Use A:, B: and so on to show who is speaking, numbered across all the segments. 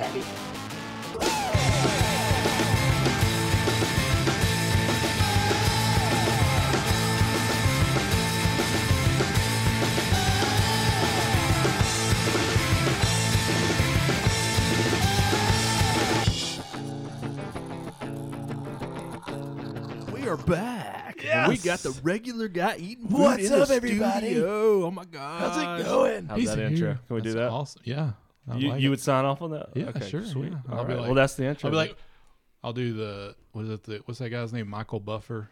A: Abby.
B: We are back.
C: Yes.
B: We got the regular guy eating food
C: What's
B: in the
C: up, everybody?
B: studio. Oh my god.
C: How's it going?
D: How's
C: He's
D: that
C: here.
D: intro? Can we
C: That's
D: do that?
C: Awesome. Yeah. I
D: You,
C: like
D: you
C: it.
D: would sign off on that?
C: Yeah,
D: okay,
C: sure,
D: Sweet.
C: yeah.
D: All
C: I'll be
D: right.
C: like-
D: well, that's the intro.
C: I'll be like, I'll do the what is it? The, what's that guy's name? Michael Buffer.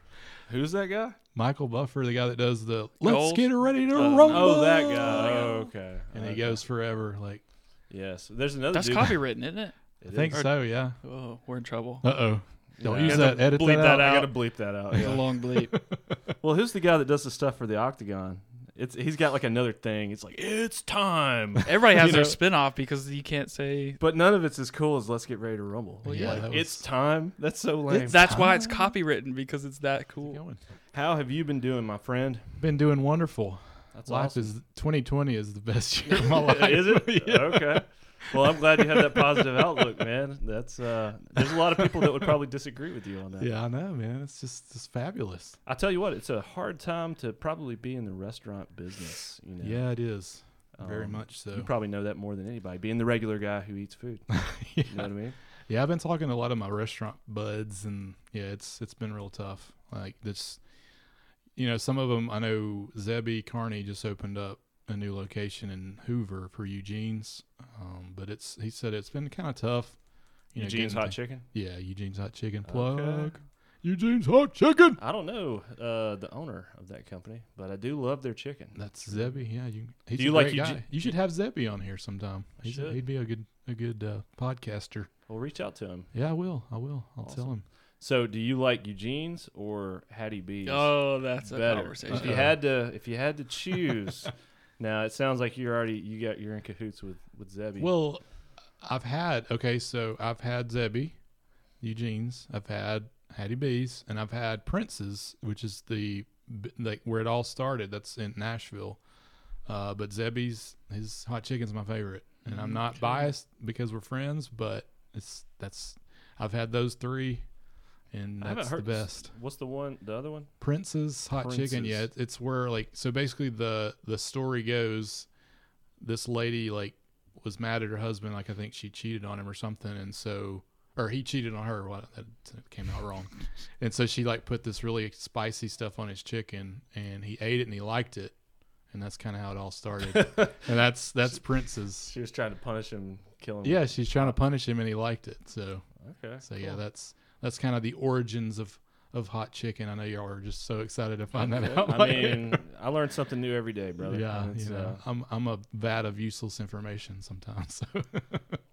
D: who's that guy?
C: Michael Buffer, the guy that does the let's
D: Goals?
C: get ready to
D: Uh,
C: rumble.
D: oh, that guy. Oh, okay.
C: And he
D: Okay.
C: goes forever. Like
D: Yes. There's another.
A: That's
D: dude.
A: copywritten, isn't it?
D: It
C: I think
D: is.
C: so. Yeah.
A: Oh, we're in trouble.
C: Uh oh. Don't
D: Yeah.
C: use
D: You
C: that.
D: have to
C: Edit
D: bleep
C: that out.
D: I gotta bleep that out.
A: It's a
D: Yeah.
A: long bleep.
D: well, who's the guy that does the stuff for the Octagon? It's he's got like another thing. It's like it's time,
A: Everybody has
D: You
A: their
D: know-
A: spin off because you can't say.
D: but none of it's as cool as "Let's Get Ready to Rumble."
C: Well, yeah,
D: Like,
C: that
D: it's
C: was-
D: time. That's so lame.
A: That's why it's copywritten because it's that cool.
C: Going.
D: How have you been doing, my friend?
C: Been doing wonderful.
D: That's
C: life
D: awesome.
C: is 2020 is the best year of my life.
D: is it? Okay. Well, I'm glad you have that positive outlook, man. That's uh, there's a lot of people that would probably disagree with you on that.
C: Yeah, I know, man. It's just it's fabulous.
D: I tell you what, it's a hard time to probably be in the restaurant business. You know,
C: Yeah, it is. very
D: Um,
C: much so.
D: You probably know that more than anybody, being the regular guy who eats food.
C: yeah.
D: You know what I mean?
C: Yeah, I've been talking to a lot of my restaurant buds, and yeah, it's it's been real tough. Like this, you know, some of them I know. Zebby Carney just opened up a new location in Hoover for Eugene's, um, but it's he said it's been kind of tough. You know,
D: Eugene's
C: getting
D: hot
C: thi-
D: chicken.
C: Yeah, Eugene's hot chicken
D: Okay.
C: plug. Eugene's hot chicken.
D: I don't know uh, the owner of that company, but I do love their chicken.
C: That's Zebby. Yeah, you. He's
D: Do you
C: a
D: like
C: great
D: Eugene-
C: guy. You should have Zebby on here sometime.
D: I
C: He's a,
D: should.
C: he'd be a good a good uh, podcaster.
D: Well, reach out to him.
C: Yeah, I will. I will. I'll tell him.
D: So, do you like Eugene's or Hattie B's?
A: Oh, that's a
D: better. If
A: conversation.
D: you
C: Uh-oh.
D: had to, if you had to choose, now it sounds like you're already you got you're in cahoots with with Zebby.
C: Well, I've had okay, so I've had Zebby, Eugene's, I've had Hattie B's, and I've had Prince's, which is the b- like where it all started. That's in Nashville. Uh, but Zebby's his hot chicken's my favorite, and I'm not biased because we're friends, but it's that's I've had those three, and
D: I haven't
C: that's the
D: heard-
C: best.
D: what's the one? The other one?
C: Prince's hot chicken.
D: Prince's.
C: Yeah, it- it's where like so basically the the story goes, this lady like was mad at her husband. Like I think she cheated on him or something, and so or he cheated on her. What that came out wrong, and so she like put this really spicy stuff on his chicken, and he ate it and he liked it, and that's kind of how it all started. and that's that's Prince's.
D: She was trying to punish him, kill him.
C: Yeah, she's trying to punish him, and he liked it. So
D: Okay.
C: so yeah, that's that's kind of the origins of of hot chicken. I know y'all are just so excited to find that out.
D: I mean, I learn something new every day, brother.
C: Yeah,
D: And it's,
C: you know,
D: uh,
C: I'm I'm a vat of useless information sometimes. So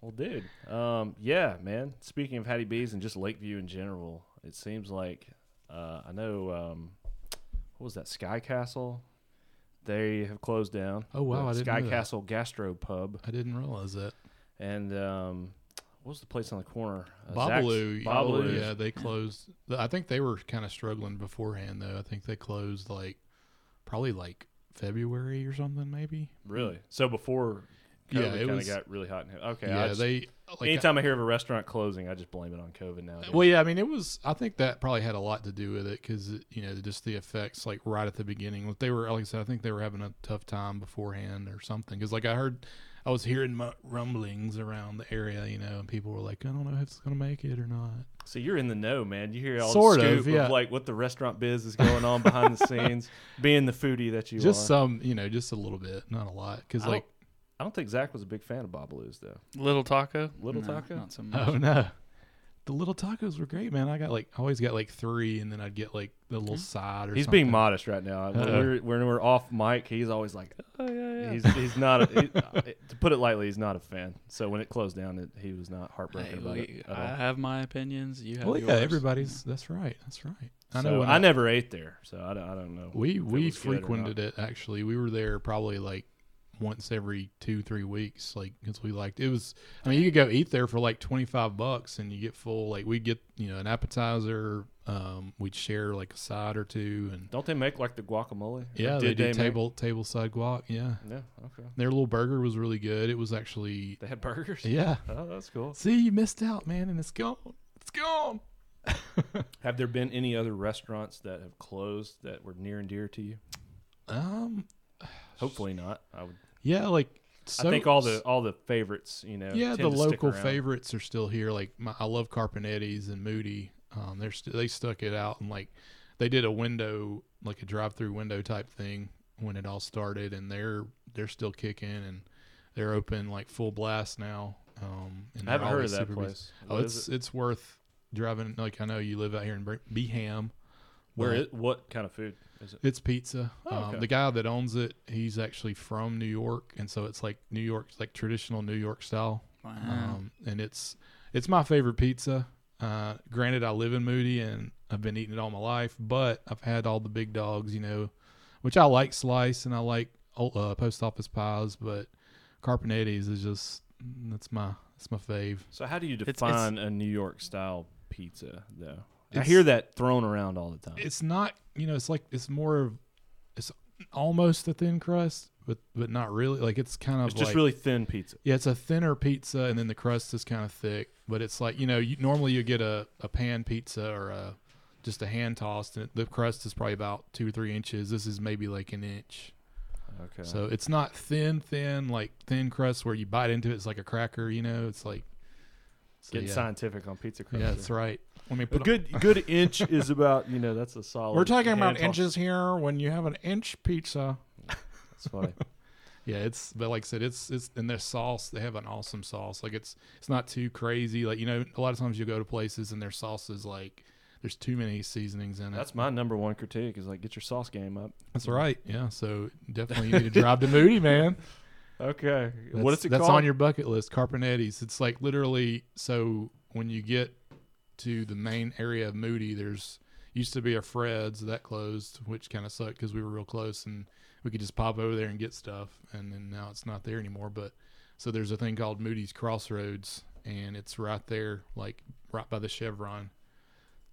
D: Well, dude, um, yeah, man. Speaking of Hattie B's and just Lakeview in general, it seems like uh, I know um, what was that Sky Castle? They have closed down.
C: Oh, wow,
D: The
C: I didn't
D: Sky
C: know that.
D: Castle Gastro Pub
C: I didn't realize that.
D: and um, what was the place on the corner? Uh, Zaxx-
C: Babalu, oh,
D: Babalu.
C: yeah, they closed. I think they were kind of struggling beforehand though. I think they closed like probably like February or something maybe.
D: Really? So before
C: Yeah,
D: COVID
C: it
D: kind of
C: was-
D: got really hot. in here. Okay.
C: yeah,
D: I just,
C: they like
D: anytime I, hear of a restaurant closing, I just blame it on COVID now.
C: Well, yeah, I mean, it was. I think that probably had a lot to do with it because you know just the effects, like right at the beginning. They were, like I said, I think they were having a tough time beforehand or something. Because like I heard, I was hearing mu rumblings around the area, you know, and people were like, I don't know if it's gonna make it or not.
D: So you're in the know, man. You hear all
C: Sort
D: the
C: of,
D: scoop of,
C: yeah.
D: like what the restaurant biz is going on behind the scenes, being the foodie that you
C: just
D: are.
C: some, you know, just a little bit, not a lot. Because
D: I don't-
C: like,
D: I don't think Zach was a big fan of Babalu's though.
A: Little Taco?
D: Little
A: No,
D: Taco?
A: Not so much.
C: oh no, the little tacos were great, man. I got like, I always got like three, and then I'd get like the little side or
D: Mm-hmm. He's
C: something. Uh-huh.
D: being modest right now. When
C: Uh-oh.
D: we're, when we're off mic, he's always like,
A: Oh, yeah, yeah.
D: he's he's not a, he- to put it lightly, he's not a fan. So when it closed down, it, he was not heartbroken
A: Hey,
D: about
A: we,
D: it. At all.
A: I have my opinions. You have
C: Well,
A: yours.
C: yeah, everybody's. That's right. That's right. I know.
D: So
C: when
D: I never ate there, so I don't, I don't know.
C: We
D: if it
C: we
D: was good or not.
C: frequented it actually. We were there probably like once every two three weeks, like because we liked it was. I mean, you could go eat there for like twenty five bucks and you get full. Like we get you know an appetizer. Um, we'd share like a side or two, and
D: Don't they make like the guacamole? Or
C: yeah, they
D: did
C: do
D: make-
C: table table side guac. Yeah,
D: Yeah. Okay.
C: their little burger was really good. It was actually
D: They had burgers.
C: yeah.
D: Oh, that's cool.
C: See, you missed out, man, and it's gone. It's gone.
D: Have there been any other restaurants that have closed that were near and dear to you?
C: Um,
D: Hopefully not. I would.
C: yeah, like so,
D: I think all the all the favorites, you know.
C: yeah
D: tend
C: the
D: to stick
C: local
D: around.
C: favorites are still here. Like my, I love Carpinetti's and Moody. Um, they're st- they stuck it out and like they did a window like a drive through window type thing when it all started, and they're they're still kicking and they're open like full blast now. Um, and
D: I haven't
C: they're
D: heard
C: always
D: of that
C: super busy.
D: place.
C: Oh,
D: What is
C: it's
D: it?
C: it's worth driving. Like I know you live out here in Bre- Beham.
D: where
C: but-
D: it? What kind of food is it?
C: It's pizza.
D: Oh, okay.
C: um, the guy that owns it, he's actually from New York, and so it's like New York, like traditional New York style.
D: Uh-huh.
A: Wow.
C: Um, and it's it's my favorite pizza. Uh, granted, I live in Moody and I've been eating it all my life, but I've had all the big dogs, you know, which I like slice and I like oh, uh, post office pies, but Carpinetti's is just that's my that's my fave.
D: So, how do you
A: it's-
D: define a New York style pizza, though? I
C: It's-
D: hear that thrown around all the time.
C: It's not you know, it's like it's more of it's almost a thin crust, but but not really. Like it's kind of
D: It's just
C: like-
D: really thin pizza.
C: Yeah, it's a thinner pizza, and then the crust is kind of thick. But it's like you know, you, normally you get a, a pan pizza or a just a hand tossed, and the crust is probably about two or three inches. This is maybe like an inch.
D: Okay.
C: So it's not thin, thin like thin crust where you bite into it, it's like a cracker. You know, it's like so
D: Getting
C: yeah.
D: scientific on pizza crust.
C: Yeah, that's right. Let me
D: A
C: put. on-
D: good good inch is about you know that's a solid.
C: we're talking about
D: hand toss.
C: inches here. When you have an inch pizza,
D: That's funny.
C: Yeah, it's but like I said, it's it's and their sauce. They have an awesome sauce. Like it's it's not too crazy. Like you know, a lot of times you go to places and their sauce is like there's too many seasonings in it.
D: That's my number one critique is like get your sauce game up.
C: That's right. Yeah, so definitely you need to drive to Moody, man.
D: Okay.
C: That's,
D: what is it
C: That's
D: called?
C: on your bucket list, Carpinetti's. It's like literally so when you get to the main area of Moody, there's used to be a Fred's that closed, which kind of sucked because we were real close and we could just pop over there and get stuff. And then now it's not there anymore. But so there's a thing called Moody's Crossroads, and it's right there, like right by the Chevron.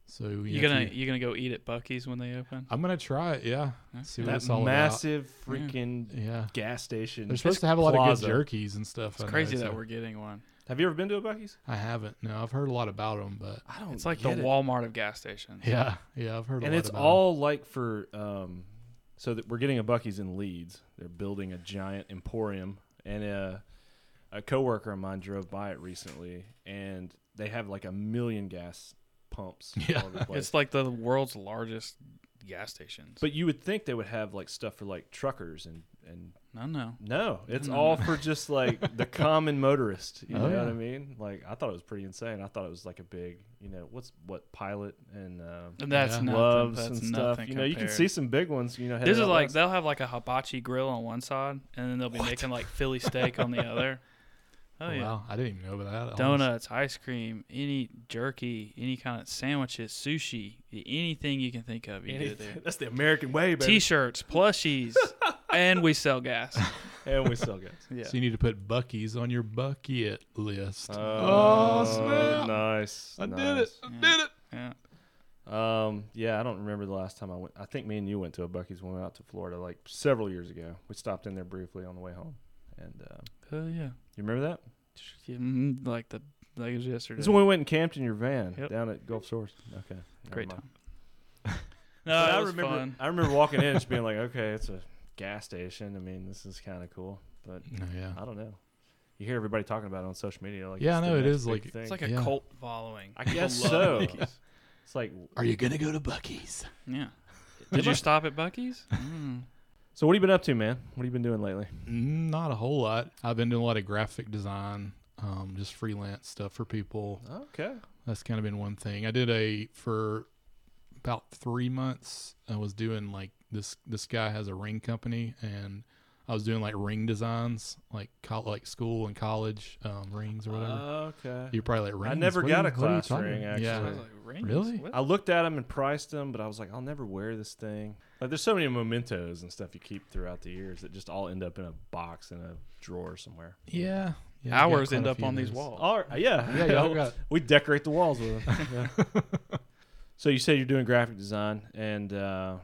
C: So you know,
A: You
C: if
A: gonna
C: you-
A: you gonna go eat at Bucky's when they open?
C: I'm gonna try it. Yeah,
A: Okay.
C: see what
D: that
C: it's all
D: massive
A: Yeah.
D: freaking
C: about. Yeah,
D: gas station.
C: they're supposed to have a lot
D: plaza.
C: of good jerkies and stuff.
A: It's
C: I know,
A: crazy
C: so-
A: that we're getting one.
D: Have you ever been to a Bucky's?
C: I haven't. No, I've heard a lot about them, but
D: I don't.
A: It's like the Walmart of gas stations.
C: yeah, yeah, I've heard. a
D: And
C: lot
D: it's
C: about 'em.
D: all like for um, so that we're getting a Bucky's in Leeds. They're building a giant emporium, and uh a coworker of mine drove by it recently, and they have like a million gas pumps.
C: Yeah.
D: all over the place.
A: It's like the world's largest gas stations.
D: But you would think they would have like stuff for like truckers and and
A: no, no.
D: no, it's
A: No,
D: all for just like the common motorist. You
C: Oh,
D: know what
C: yeah.
D: I mean? Like I thought it was pretty insane. I thought it was like a big, you know, what's what pilot and uh,
A: And that's
C: Yeah.
A: nothing.
D: gloves
A: that's
D: and stuff. You know,
A: nothing
D: you can
A: compared.
D: see some big ones. You know, headed
A: This is
D: out
A: like
D: west.
A: they'll have like a hibachi grill on one side, and then they'll be making like Philly steak on the other. Oh yeah,
C: Wow, I didn't even know about that.
D: uh,
C: Honestly.
A: donuts, ice cream, any jerky, any kind of sandwiches, sushi, anything you can think of. You
D: And
A: do
D: it-
A: there.
D: That's the American way, baby.
A: T-shirts, plushies, and we sell gas.
D: and we still gas.
A: Yeah,
C: So you need to put Bucky's on your bucket list.
D: Oh,
C: snap.
D: Nice.
C: I did
D: nice.
C: it. I
A: Yeah.
C: did it.
A: yeah.
D: Um, yeah, I don't remember the last time I went. I think me and you went to a Bucky's when we went out to Florida like several years ago. We stopped in there briefly on the way home, and uh,
A: Oh yeah,
D: you remember that?
A: Yeah, mm, like the like it was yesterday.
D: This is when we went and camped in your van
A: Yep.
D: down at Gulf Shores. Okay, never
A: Great
D: mind.
A: time. No,
D: But
A: it
D: I
A: was
D: remember.
A: fun.
D: I remember walking in, and just being like, "Okay, it's a gas station. I mean, this is kind of cool." But
C: No, Oh, yeah.
D: I don't know. You hear everybody talking about it on social media, like
C: Yeah,
D: it's
C: I
D: the
C: know, it
D: next
C: is,
D: big
C: like-
D: thing.
A: It's like a
C: Yeah.
A: cult following.
D: I guess
A: People
D: so.
A: love Buc-ee's.
D: It's like
C: Are you gonna go to Bucky's?
A: Yeah. Did you stop at Bucky's? Mm.
D: So what have you been up to, man? What have you been doing lately?
C: Mm, Not a whole lot. I've been doing a lot of graphic design, um, just freelance stuff for people.
D: Okay.
C: That's kind of been one thing. I did a for about three months. I was doing like this. This guy has a ring company, and I was doing like ring designs, like col- like school and college um, rings or whatever.
D: okay.
C: You're probably like rings.
D: I never
C: What are
D: got
C: you-
D: a
C: what are you
D: class
C: talking
D: ring,
C: about?"
A: I
C: Yeah.
A: was like, rings?
C: Really?
A: What?
D: I looked at them and priced them, but I was like, I'll never wear this thing. Like, there's so many mementos and stuff you keep throughout the years that just all end up in a box in a drawer somewhere.
C: Yeah. yeah I've got
A: Ours
C: quite
A: end
C: a
A: up
C: few
A: on
C: of
A: these
C: those.
A: walls.
D: All right, yeah,
C: Yeah, y'all got-
D: we decorate the walls with them. Yeah. so you said you're doing graphic design, and uh,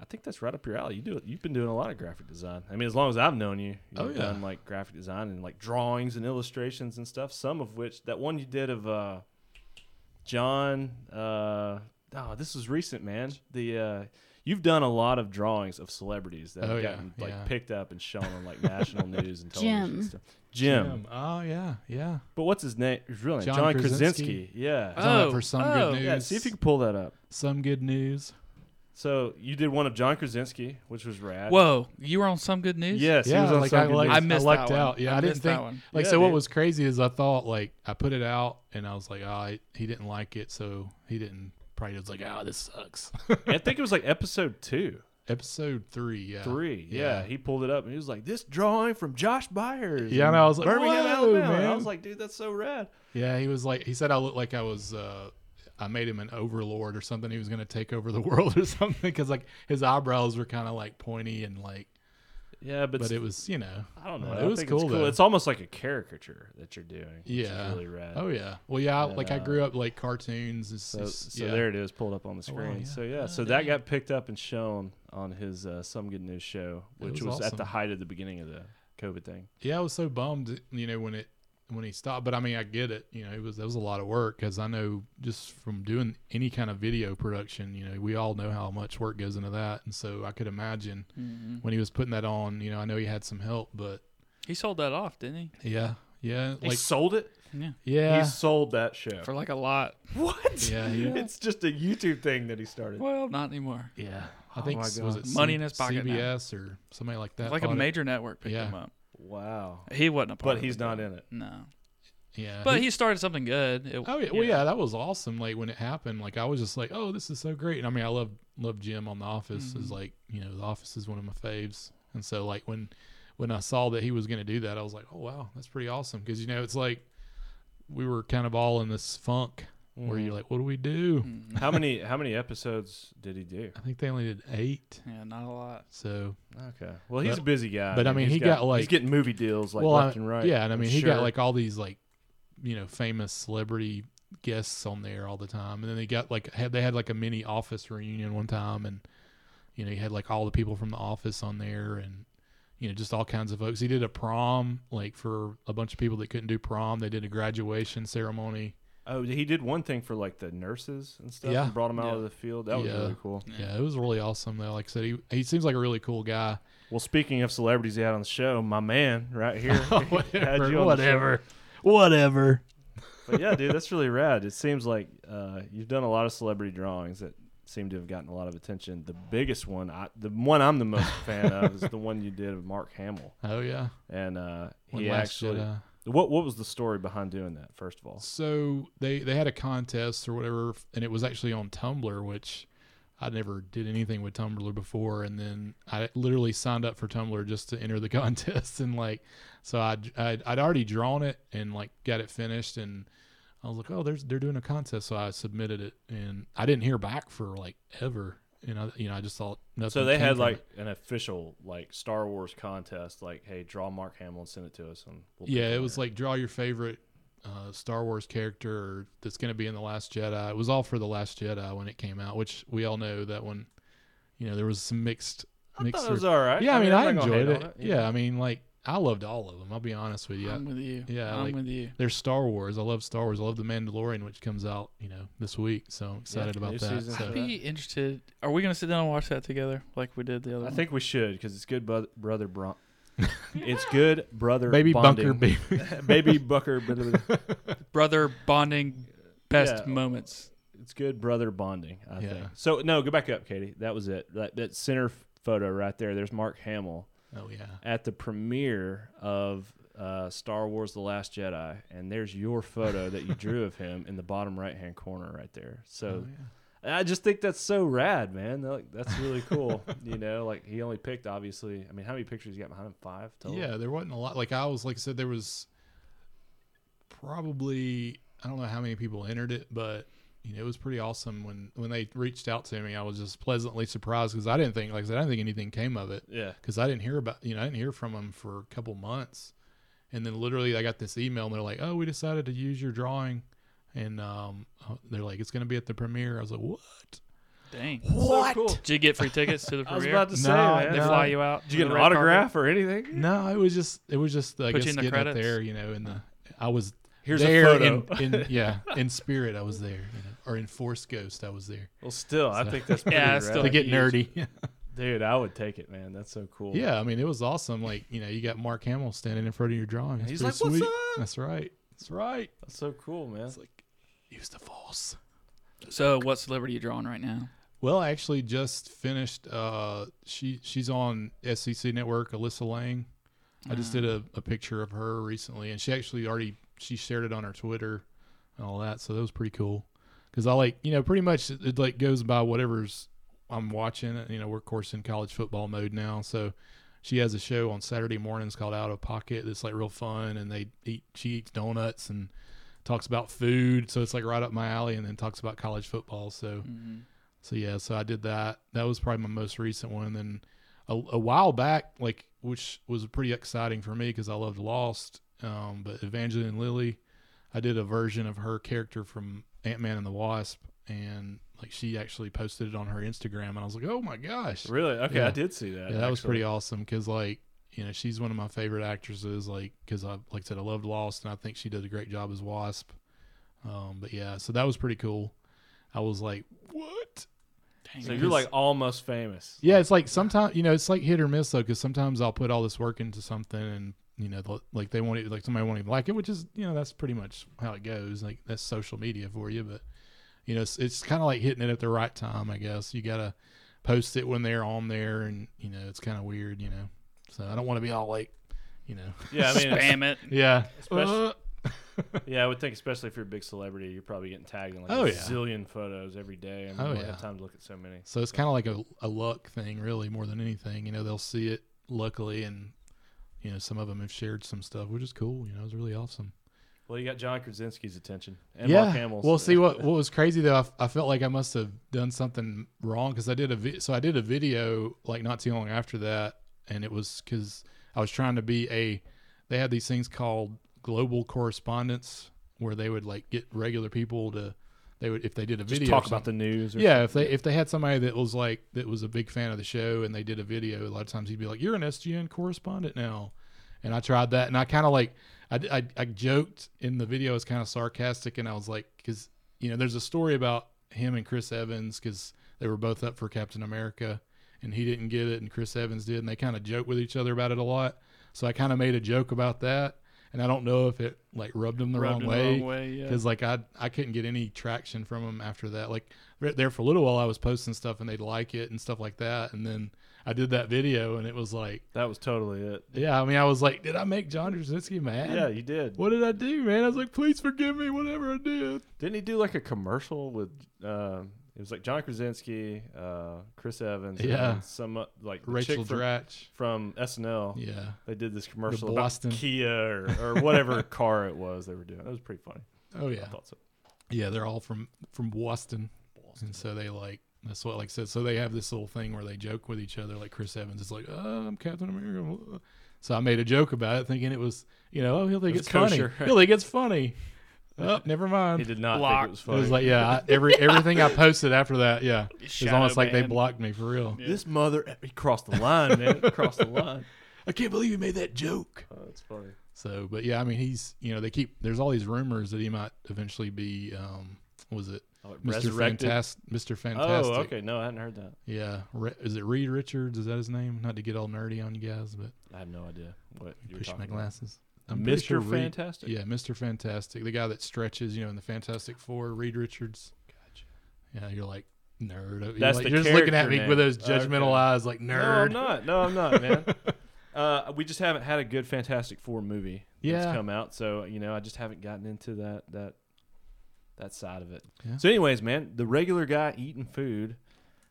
D: I think that's right up your alley. You do it. You've been doing a lot of graphic design. I mean, as long as I've known you, you've
C: Oh, yeah.
D: done like graphic design and like drawings and illustrations and stuff. Some of which that one you did of uh, John. Uh, oh, this was recent, man. The uh, You've done a lot of drawings of celebrities that
C: Oh,
D: have
C: yeah,
D: gotten like
C: yeah.
D: picked up and shown on like national news and television
E: Jim.
D: and stuff. Jim.
C: Jim. Oh yeah, yeah.
D: But what's his name? His real name? John,
C: John
D: Krasinski.
C: Krasinski.
D: Yeah.
C: He's on it
A: Oh,
C: for some
A: oh,
C: good news.
D: yeah. See if you can pull that up.
C: Some good news.
D: So you did one of John Krasinski, which was rad.
A: Whoa, you were on some good news.
D: Yes. he
C: yeah,
D: was on
C: like
D: Some
C: I
D: Good
C: like
D: News.
A: I missed
C: lucked
A: that one.
C: out. Yeah,
A: I
C: I, didn't
A: missed that
C: think.
A: one.
C: Like
D: Yeah,
C: so, what
D: dude.
C: was crazy is I thought like I put it out and I was like, oh, he- he didn't like it, so he didn't. Probably was like, oh, this sucks.
D: I think it was like episode two,
C: Episode three, yeah,
D: three. Yeah.
C: yeah.
D: He pulled it up and he was like, "This drawing from Josh Byers."
C: Yeah, and I was like,
D: Birmingham,
C: "Whoa,
D: Alabama." And I
C: man.
D: was like, "Dude, that's so rad."
C: Yeah, he was like, he said I looked like I was, uh, I made him an overlord or something. He was going to take over the world or something because like his eyebrows were kind of like pointy and like,
D: Yeah, but,
C: but
D: it
C: it
D: was,
C: was, you know,
D: I don't know.
C: It
D: I
C: was
D: think
C: cool,
D: It's,
C: though.
D: it's almost like a caricature that you're doing. Which
C: Yeah.
D: Is really rad.
C: oh yeah. Well, yeah, I, like I
D: Yeah.
C: grew up like cartoons. And,
D: So, so
C: yeah.
D: there it is, pulled up on the
C: Oh, wow,
D: screen.
C: yeah.
D: So yeah,
C: Oh,
D: so that
C: dang.
D: got picked up and shown on his uh, Some Good News show,
C: It
D: which
C: was
D: was, at the
C: awesome.
D: height of the beginning of the COVID thing.
C: Yeah, I was so bummed, you know, when it when he stopped. But I mean, I get it. You know, it was that was a lot of work because I know just from doing any kind of video production, you know, we all know how much work goes into that. And so I could imagine
D: Mm-hmm.
A: Mhm.
C: when he was putting that on, you know, I know he had some help, but
A: He sold that off, didn't he?
C: yeah, yeah,
D: he
C: like
D: sold it.
C: yeah,
D: He sold that show.
A: For like a lot.
D: what?
C: yeah, yeah.
D: It's just a YouTube thing that he started.
A: Well, not anymore.
C: yeah. I
D: Oh
C: think
D: my
C: s-
D: God.
C: was it
A: Money in his pocket now.
C: CBS or somebody like that.
A: like a
C: bought it.
A: major network picked
C: Yeah.
A: him up.
D: Wow.
A: He wasn't a part.
D: But
A: of
D: he's
A: it.
D: not in it.
A: No.
C: yeah.
A: But he started something good. It-
C: Oh yeah, well yeah, that was awesome. Like when it happened, like I was just like, oh, this is so great. And I mean, I love love Jim on The Office.
A: Mhm.
C: Is like you know, The Office is one of my faves. And so like when when I saw that he was going to do that, I was like, oh wow, that's pretty awesome. Because you know, it's like we were kind of all in this funk where
D: Mhm.
A: Mm-hmm.
C: you're like, what do we do?
A: Mhm.
D: how many how many episodes did he do?
C: I think they only did eight.
A: Yeah, not a lot.
C: So
D: Okay. Well, he's
C: But-
D: a busy guy.
C: but I
D: dude.
C: mean,
D: He's
C: he got,
D: he's
C: like-
D: getting movie deals like
C: well,
D: left
C: I-
D: and right.
C: yeah, and I mean,
D: I'm
C: he
D: sure.
C: got like all these like you know famous celebrity guests on there all the time, and then they got like had they had like a mini office reunion one time, and you know he had like all the people from the office on there, and you know just all kinds of folks. He did a prom like for a bunch of people that couldn't do prom. They did a graduation ceremony.
D: oh, he did one thing for like the nurses and stuff.
C: Yeah.
D: and brought them out
A: Yeah.
D: of the field. That was
C: Yeah.
D: really cool.
A: Yeah.
C: Yeah, it was really awesome though. Like I said, he he seems like a really cool guy.
D: Well, speaking of celebrities he had on the show, my man right here. had Oh, you on the
C: whatever,
D: show.
C: whatever, whatever.
D: But yeah, dude, that's really rad. It seems like uh, you've done a lot of celebrity drawings that seem to have gotten a lot of attention. The biggest one, I, the one I'm the most fan of, is the one you did of Mark Hamill.
C: Oh yeah,
D: And uh,
C: One
D: he
C: last
D: actually,
C: Jedi.
D: what what was the story behind doing that? First of all,
C: So they they had a contest or whatever, and it was actually on Tumblr, which I never did anything with Tumblr before. And then I literally signed up for Tumblr just to enter the contest, and like, so I I'd, I'd, I'd already drawn it and like got it finished, and I was like, oh, there's they're doing a contest, so I submitted it, and I didn't hear back for like ever. And I, you know, I just thought nothing.
D: so they
C: came
D: had
C: from
D: like
C: it.
D: an official like Star Wars contest, like hey, draw Mark Hamill and send it to us, and we'll
C: yeah, it was like draw your favorite uh, Star Wars character that's going to be in the Last Jedi. It was all for the Last Jedi when it came out, which we all know that one. You know, there was some mixed
D: I
C: mixed.
D: thought it was all right.
C: yeah, I mean, I,
D: I'm not gonna
C: enjoyed
D: hate
C: it.
D: on
C: Yeah. I mean, like I loved all of them. I'll be honest with you.
A: I'm with you.
C: Yeah,
A: I'm
C: like-
A: with you.
C: There's Star Wars. I love Star Wars. I love the Mandalorian, which comes out you know this week. So I'm excited
D: new
C: about that.
D: season.
A: I'd
C: So.
A: be interested. Are we gonna sit down and watch that together like we did the other?
D: I
A: one?
D: think we should because it's good, bu- brother. Bron- it's good, brother.
C: Baby
D: bonding.
C: Bunker B.
D: baby bucker blah, blah, blah.
A: brother bonding best
D: Yeah.
A: moments.
D: it's good brother bonding i
C: Yeah.
D: think so no go back up katie that was it that, that center photo right there there's mark hamill
C: Oh yeah.
D: at the premiere of uh, star wars the last jedi and there's your photo that you drew of him in the bottom right hand corner right there so
C: Oh, yeah.
D: And I just think that's so rad, man. Like, that's really cool. you know, like he only picked obviously. I mean, how many pictures you got behind him? Five total.
C: Yeah, there wasn't a lot. Like I was, like I said, there was probably I don't know how many people entered it, but you know it was pretty awesome when when they reached out to me. I was just pleasantly surprised because I didn't think, like I said, I didn't think anything came of it
D: Yeah.
C: because I didn't hear about you know I didn't hear from them for a couple months, and then literally I got this email and they're like, oh, we decided to use your drawing, and um, they're like, it's gonna be at the premiere. I was like, what?
A: Dang.
D: What? cool.
A: Did you get free tickets to the
D: I was
A: premiere?
D: about to say,
C: No,
D: man.
A: they
C: no.
A: fly you out.
D: Did you
A: on the
D: get an
A: red carpet?
D: autograph or anything?
C: No, it was just it was just I
A: Put you
C: guess
A: in the
C: getting up
A: credits. Uh-huh.
C: there, you know, in the I was
D: Here's a
C: there
D: photo.
C: In, in yeah, in spirit I was there, you know, or in Force Ghost I was there.
D: Well, still, I
C: So-
D: think that's pretty
A: Yeah,
D: yeah,
A: it's still
C: They
A: Like
C: get
A: huge.
C: nerdy.
D: Dude, I would take it, man. That's so cool.
C: yeah, I mean it was awesome. Like you know, you got Mark Hamill standing in front of your drawing. That's
D: He's
C: pretty
D: like, "What's
C: sweet."
D: up?"
C: That's right. That's right.
D: That's so cool, man.
C: It's like use the Force.
A: So, what celebrity you drawing right now?
C: Well, I actually just finished. Uh, she she's on SCC Network. Alyssa Lang. I just did a, a picture of her recently, and she actually already she shared it on her Twitter and all that. So that was pretty cool. Because I like you know pretty much it, it like goes by whatever's I'm watching. You know we're of course in college football mode now, so she has a show on Saturday mornings called Out of Pocket. That's like real fun, and they eat she eats donuts and talks about food. So it's like right up my alley, and then talks about college football. So.
A: Mm-hmm.
C: So yeah, so I did that. That was probably my most recent one. And then a, a while back, like which was pretty exciting for me because I loved Lost. Um, but Evangeline Lilly, I did a version of her character from Ant Man and the Wasp, and like she actually posted it on her Instagram, and I was like, oh my gosh,
D: Really? Okay,
C: Yeah.
D: I did see that.
C: yeah, that was
D: actually.
C: pretty awesome because like you know she's one of my favorite actresses. Like because I like I said I loved Lost and I think she did a great job as Wasp. Um, but yeah, so that was pretty cool. I was like, what?
D: So you're like almost famous.
C: Yeah, it's like sometimes you know it's like hit or miss though, because sometimes I'll put all this work into something and you know they'll- like they want it, like somebody won't even like it, which is you know that's pretty much how it goes. Like that's social media for you, but you know it's, it's kind of like hitting it at the right time, I guess. You gotta post it when they're on there, and you know it's kind of weird, you know. So I don't want to be all like, you know,
D: Yeah, I mean, it's-
A: spam it.
C: yeah.
D: Especially-
C: Uh,
D: yeah, I would think especially if you're a big celebrity, you're probably getting tagged in like
C: Oh,
D: a
C: yeah.
D: zillion photos every day. I mean,
C: Oh,
D: we don't
C: yeah.
D: have time to look at so many.
C: so it's kind of like a, a luck thing, really, more than anything. You know, they'll see it luckily, and you know some of them have shared some stuff, which is cool. You know, it's really awesome.
D: Well, you got John Krasinski's attention and Mark Hamill's.
C: Well, see what what was crazy though. I, f- I felt like I must have done something wrong because I did a vi- so I did a video like not too long after that, and it was because I was trying to be a. They had these things called global correspondence where they would like get regular people to they would if they did a
D: Just
C: video
D: talk
C: or
D: about the news. Or
C: yeah, if they if they had somebody that was like that was a big fan of the show and they did a video, a lot of times he'd be like, "You're an SGN correspondent now," and I tried that, and I kind of like I, I I joked in the video, it's kind of sarcastic, and I was like, because you know, there's a story about him and Chris Evans because they were both up for Captain America, and he didn't get it, and Chris Evans did, and they kind of joke with each other about it a lot. So I kind of made a joke about that, and I don't know if it like rubbed him the, wrong,
A: Rubbed in
C: way,
A: the wrong way. Yeah.
C: because like I I couldn't get any traction from them after that. Like right there for a little while, I was posting stuff and they'd like it and stuff like that. And then I did that video and it was like,
D: that was totally it.
C: yeah, I mean, I was like, did I make John Krasinski mad?
D: Yeah, you did.
C: What did I do, man? I was like, please forgive me, whatever I did.
D: Didn't he do like a commercial with? Uh, it was like John Krasinski, uh, Chris Evans, and
C: Yeah.
D: then some uh, like the
C: Rachel
D: chick from,
C: Dratch.
D: from SNL.
C: Yeah.
D: They did this commercial about
C: Boston.
D: Kia or, or whatever car it was they were doing. That was pretty funny.
C: Oh
D: I
C: yeah.
D: thought so.
C: Yeah, they're all from from Boston. And so they like that's what like said. So they have this little thing where they joke with each other. Like Chris Evans is like, "Oh, I'm Captain America." So I made a joke about it, thinking it was you know, oh, he'll think
D: It
C: it's
D: was
C: funny.
D: kosher.
C: He'll think it's funny. Oh, never
D: He
C: mind.
D: did not
A: Blocked.
D: think it was
C: It
D: funny.
C: was like yeah, I, every everything I posted after that, yeah, it's
A: Shadow
C: almost like they
A: banned.
C: blocked me for real.
A: Yeah.
D: This mother, he crossed the line, man. He crossed the line.
C: I can't believe you made that joke.
D: Oh, that's funny.
C: So, but yeah, I mean, he's you know they keep there's all these rumors that he might eventually be um what was it
D: Oh, it
C: Mr.
D: resurrected.
C: Fantastic Mr. Fantastic.
D: Oh, okay. No, I hadn't heard that.
C: Yeah, Re- is it Reed Richards? Is that his name? Not to get all nerdy on you guys, but
D: I have no idea what you're
C: push
D: talking
C: my
D: about.
C: glasses. I'm pretty
D: Mr.
C: sure Reed-
D: Fantastic.
C: yeah, Mr. Fantastic, the guy that stretches, you know, in the Fantastic Four. Reed Richards.
D: Gotcha.
C: Yeah, you're like nerd. You're,
D: That's
C: like,
D: the
C: you're just looking at
D: character
C: me
D: name.
C: with those judgmental
D: Okay.
C: eyes, like
D: No, I'm
C: nerd.
D: not. No, I'm not, man. uh, we just haven't had a good Fantastic Four movie
C: Yeah.
D: that's come out, so you know, I just haven't gotten into that that that side of it.
C: Yeah.
D: So, anyways, man, the regular guy eating food,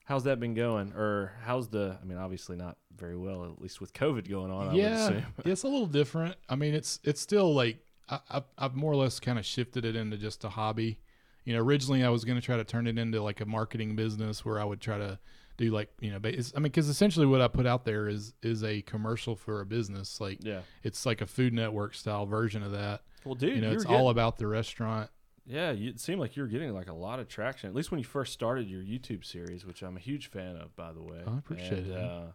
D: how's that been going? Or how's the? I mean, obviously not very well, at least with COVID going on. I would
C: yeah,
D: assume.
C: yeah, it's a little different. I mean, it's it's still like I, I've I've more or less kind of shifted it into just a hobby. You know, originally I was going to try to turn it into like a marketing business where I would try to do like you know, ba- it's- I mean, because essentially what I put out there is is a commercial for a business. Like
D: Yeah.
C: it's like a Food Network style version of that.
D: Well, dude,
C: you know,
D: you
C: it's
D: were getting-
C: all about the restaurant.
D: Yeah, you, it seemed like you were getting like a lot of traction, at least when you first started your YouTube series, which I'm a huge fan of, by the way.
C: Oh, I appreciate
D: And,
C: it, man.
D: Uh,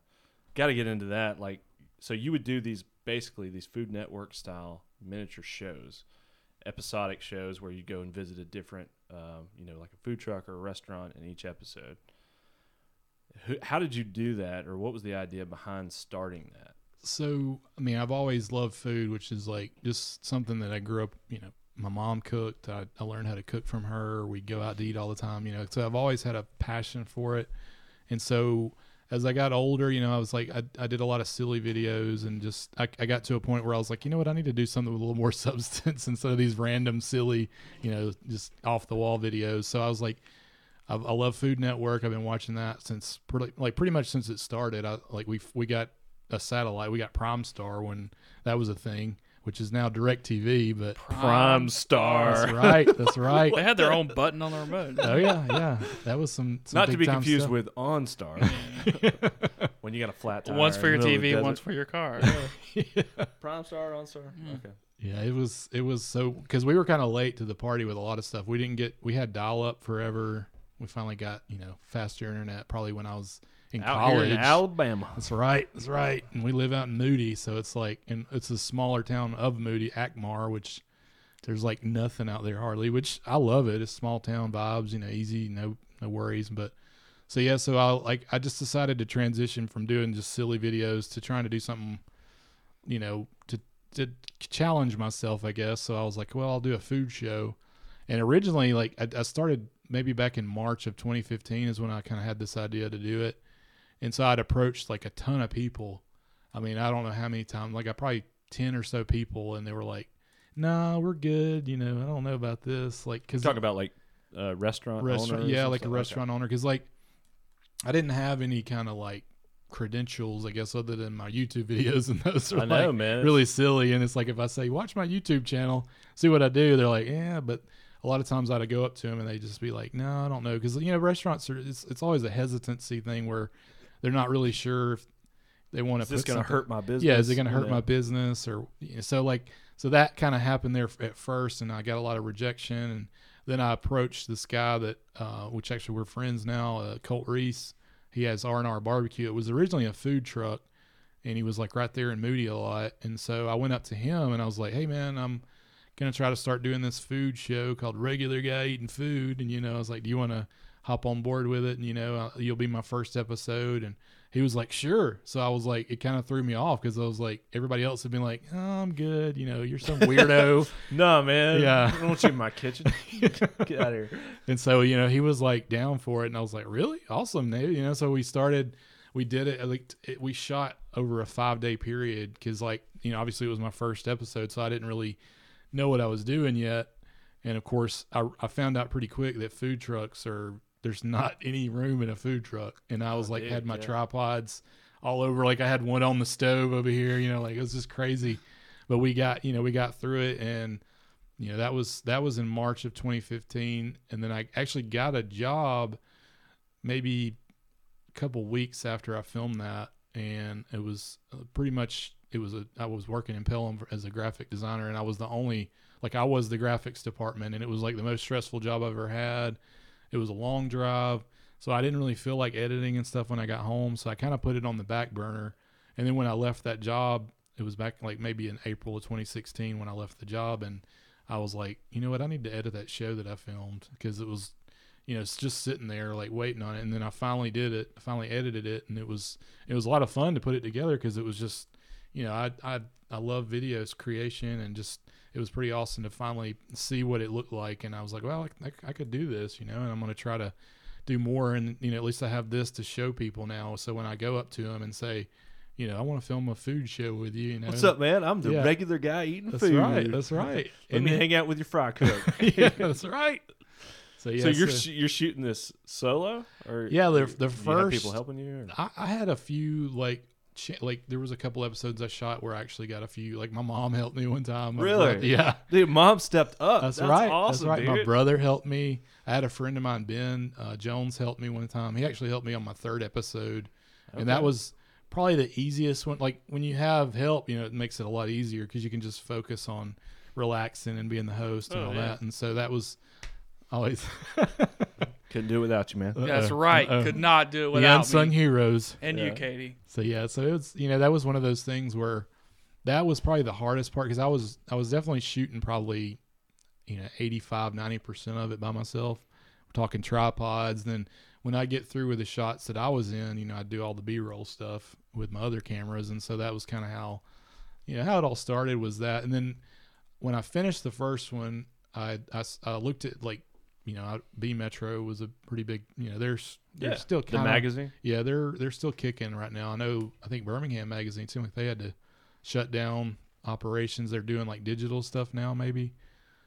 D: Got to get into that. Like, so you would do these basically these Food Network style miniature shows, episodic shows where you go and visit a different, um, you know, like a food truck or a restaurant in each episode. Who, how did you do that, or what was the idea behind starting that?
C: so I mean, I've always loved food, which is like just something that I grew up. You know, my mom cooked. I, I learned how to cook from her. We go out to eat all the time. You know, so I've always had a passion for it. And so as I got older, you know, I was like, I, I did a lot of silly videos and just I, I got to a point where I was like, you know what, I need to do something with a little more substance instead of these random silly, you know, just off the wall videos. So I was like, i I love Food Network. I've been watching that since pretty like pretty much since it started. I like we we got a satellite. We got Prime Star when that was a thing, which is now Direct TV. But
A: Prime
C: that's
D: Star.
C: right, that's right.
A: They had their own button on the remote.
C: Oh yeah, yeah. That was some, some
D: Not to
C: big
D: be
C: time
D: confused
C: stuff.
D: with OnStar. when you got a flat tire.
A: Once for your
D: in the middle of the
A: TV,
D: desert.
A: once for your car.
D: Prime Star, OnStar. Okay.
C: Yeah, it was it was so because we were kind of late to the party with a lot of stuff. We didn't get we had dial up forever. We finally got you know faster internet probably when I was in
D: Out here
C: college.
D: in Alabama.
C: That's right. That's right. And we live out in Moody, so it's like, and it's a smaller town of Moody, Akmar, which there's like nothing out there hardly. Which I love it. It's small town vibes, you know, easy, no no worries. But so yeah, so I like I just decided to transition from doing just silly videos to trying to do something, you know, to to challenge myself, I guess. So I was like, well, I'll do a food show. And originally, like I, I started maybe back in March of 2015 is when I kind of had this idea to do it. And so I'd approached like a ton of people. I mean, I don't know how many times, like I probably 10 or so people, and they were like, nah, we're good. You know, I don't know about this. Like, cause
D: Talk about like uh, restaurant
C: restaurant,
D: owners
C: yeah,
D: and
C: like a
D: stuff
C: restaurant owner. Cause like I didn't have any kind of like credentials, I guess, other than my YouTube videos, and those are
D: that. I know,
C: like
D: man.
C: really silly. And it's like if I say, "Watch my YouTube channel," see what I do, they're like, "Yeah," but a lot of times I'd go up to them and they just be like, "No, I don't know," because you know restaurants are it's, it's always a hesitancy thing where they're not really sure if they want to.
D: Is this going to hurt my business? uh,
C: Yeah, is it going to
D: You
C: hurt
D: know?
C: my business or you know, so like so that kind of happened there f- at first, and I got a lot of rejection, and then I approached this guy that uh, which actually we're friends now, uh, Colt Reese. He has R and R Barbecue. It was originally a food truck, and he was like right there in Moody a lot, and so I went up to him and I was like, hey man, I'm gonna try to start doing this food show called Regular Guy Eating Food, and you know I was like, do you want to hop on board with it? And you know uh, you'll be my first episode, and he was like, sure. So I was like, it kind of threw me off because I was like, everybody else had been like, oh, I'm good. You know, you're some weirdo.
D: No, man.
C: Yeah.
D: I don't want you in my kitchen. Get out of here.
C: and so, you know, he was like down for it. And I was like, really? Awesome, dude. You know, so we started, we did it. Like, it, we shot over a five day period because, like, you know, obviously it was my first episode. So I didn't really know what I was doing yet. And of course, I, I found out pretty quick that food trucks are, there's not any room in a food truck. And I was like,
D: dude,
C: had my
D: yeah.
C: tripods all over. Like, I had one on the stove over here, you know, like it was just crazy. But we got, you know, we got through it and, you know that was that was in March of 2015 and then I actually got a job maybe a couple weeks after I filmed that and it was uh, pretty much it was a I was working in Pelham for- as a graphic designer and I was the only like I was the graphics department and it was like the most stressful job I've ever had it was a long drive so I didn't really feel like editing and stuff when I got home so I kind of put it on the back burner and then when I left that job it was back like maybe in April of 2016 when I left the job and I was like, you know what? I need to edit that show that I filmed because it was, you know, it's just sitting there like waiting on it. And then I finally did it. I finally edited it, and it was it was a lot of fun to put it together because it was just, you know, I I I love videos creation and just it was pretty awesome to finally see what it looked like. And I was like, well, I, I could do this, you know, and I'm gonna try to do more. And you know, at least I have this to show people now. So when I go up to them and say, you know, I want to film a food show with you. You know,
D: What's up, man? I'm the
C: Yeah.
D: regular guy eating
C: That's
D: food.
C: right. That's right.
D: Let me hang out with your fry cook.
C: yeah, that's right. So yeah,
D: so you're
C: so-
D: sh- you're shooting this solo, or
C: Yeah, the- the
D: you have people
C: first-
D: helping you. Or?
C: I, I had a few like ch- like there was a couple episodes I shot where I actually got a few like my mom helped me one time. My
D: Really?
C: brother- yeah.
D: Dude, mom stepped up.
C: That's, right.
D: Awesome,
C: That's right.
D: dude.
C: My brother helped me. I had a friend of mine, Ben uh, Jones, helped me one time. He actually helped me on my third episode, and that
D: Okay.
C: was probably the easiest one. Like when you have help, you know, it makes it a lot easier because you can just focus on relaxing and being the host and
A: Oh,
C: all
A: yeah.
C: that. And so that was always
D: Couldn't do it without you, man.
A: That's
C: Uh-oh,
A: right.
C: uh-oh.
A: Could not do it
C: the
A: without
C: unsung
A: me.
C: heroes.
A: And you,
D: Yeah.
A: Katie.
C: So yeah, so it was you know that was one of those things where that was probably the hardest part because I was I was definitely shooting probably you know 85 90 percent of it by myself. We're talking tripods. Then when I get through with the shots that I was in, you know I do all the B roll stuff with my other cameras, and so that was kind of how you know how it all started was that. And then when I finished the first one, I I s- I looked at like you know I- B Metro was a pretty big you know there's they're
D: Yeah,
C: still
D: The
C: kind of
D: magazine.
C: yeah, they're they're still kicking right now. I know. I think Birmingham magazine seemed like they had to shut down operations. They're doing like digital stuff now, maybe.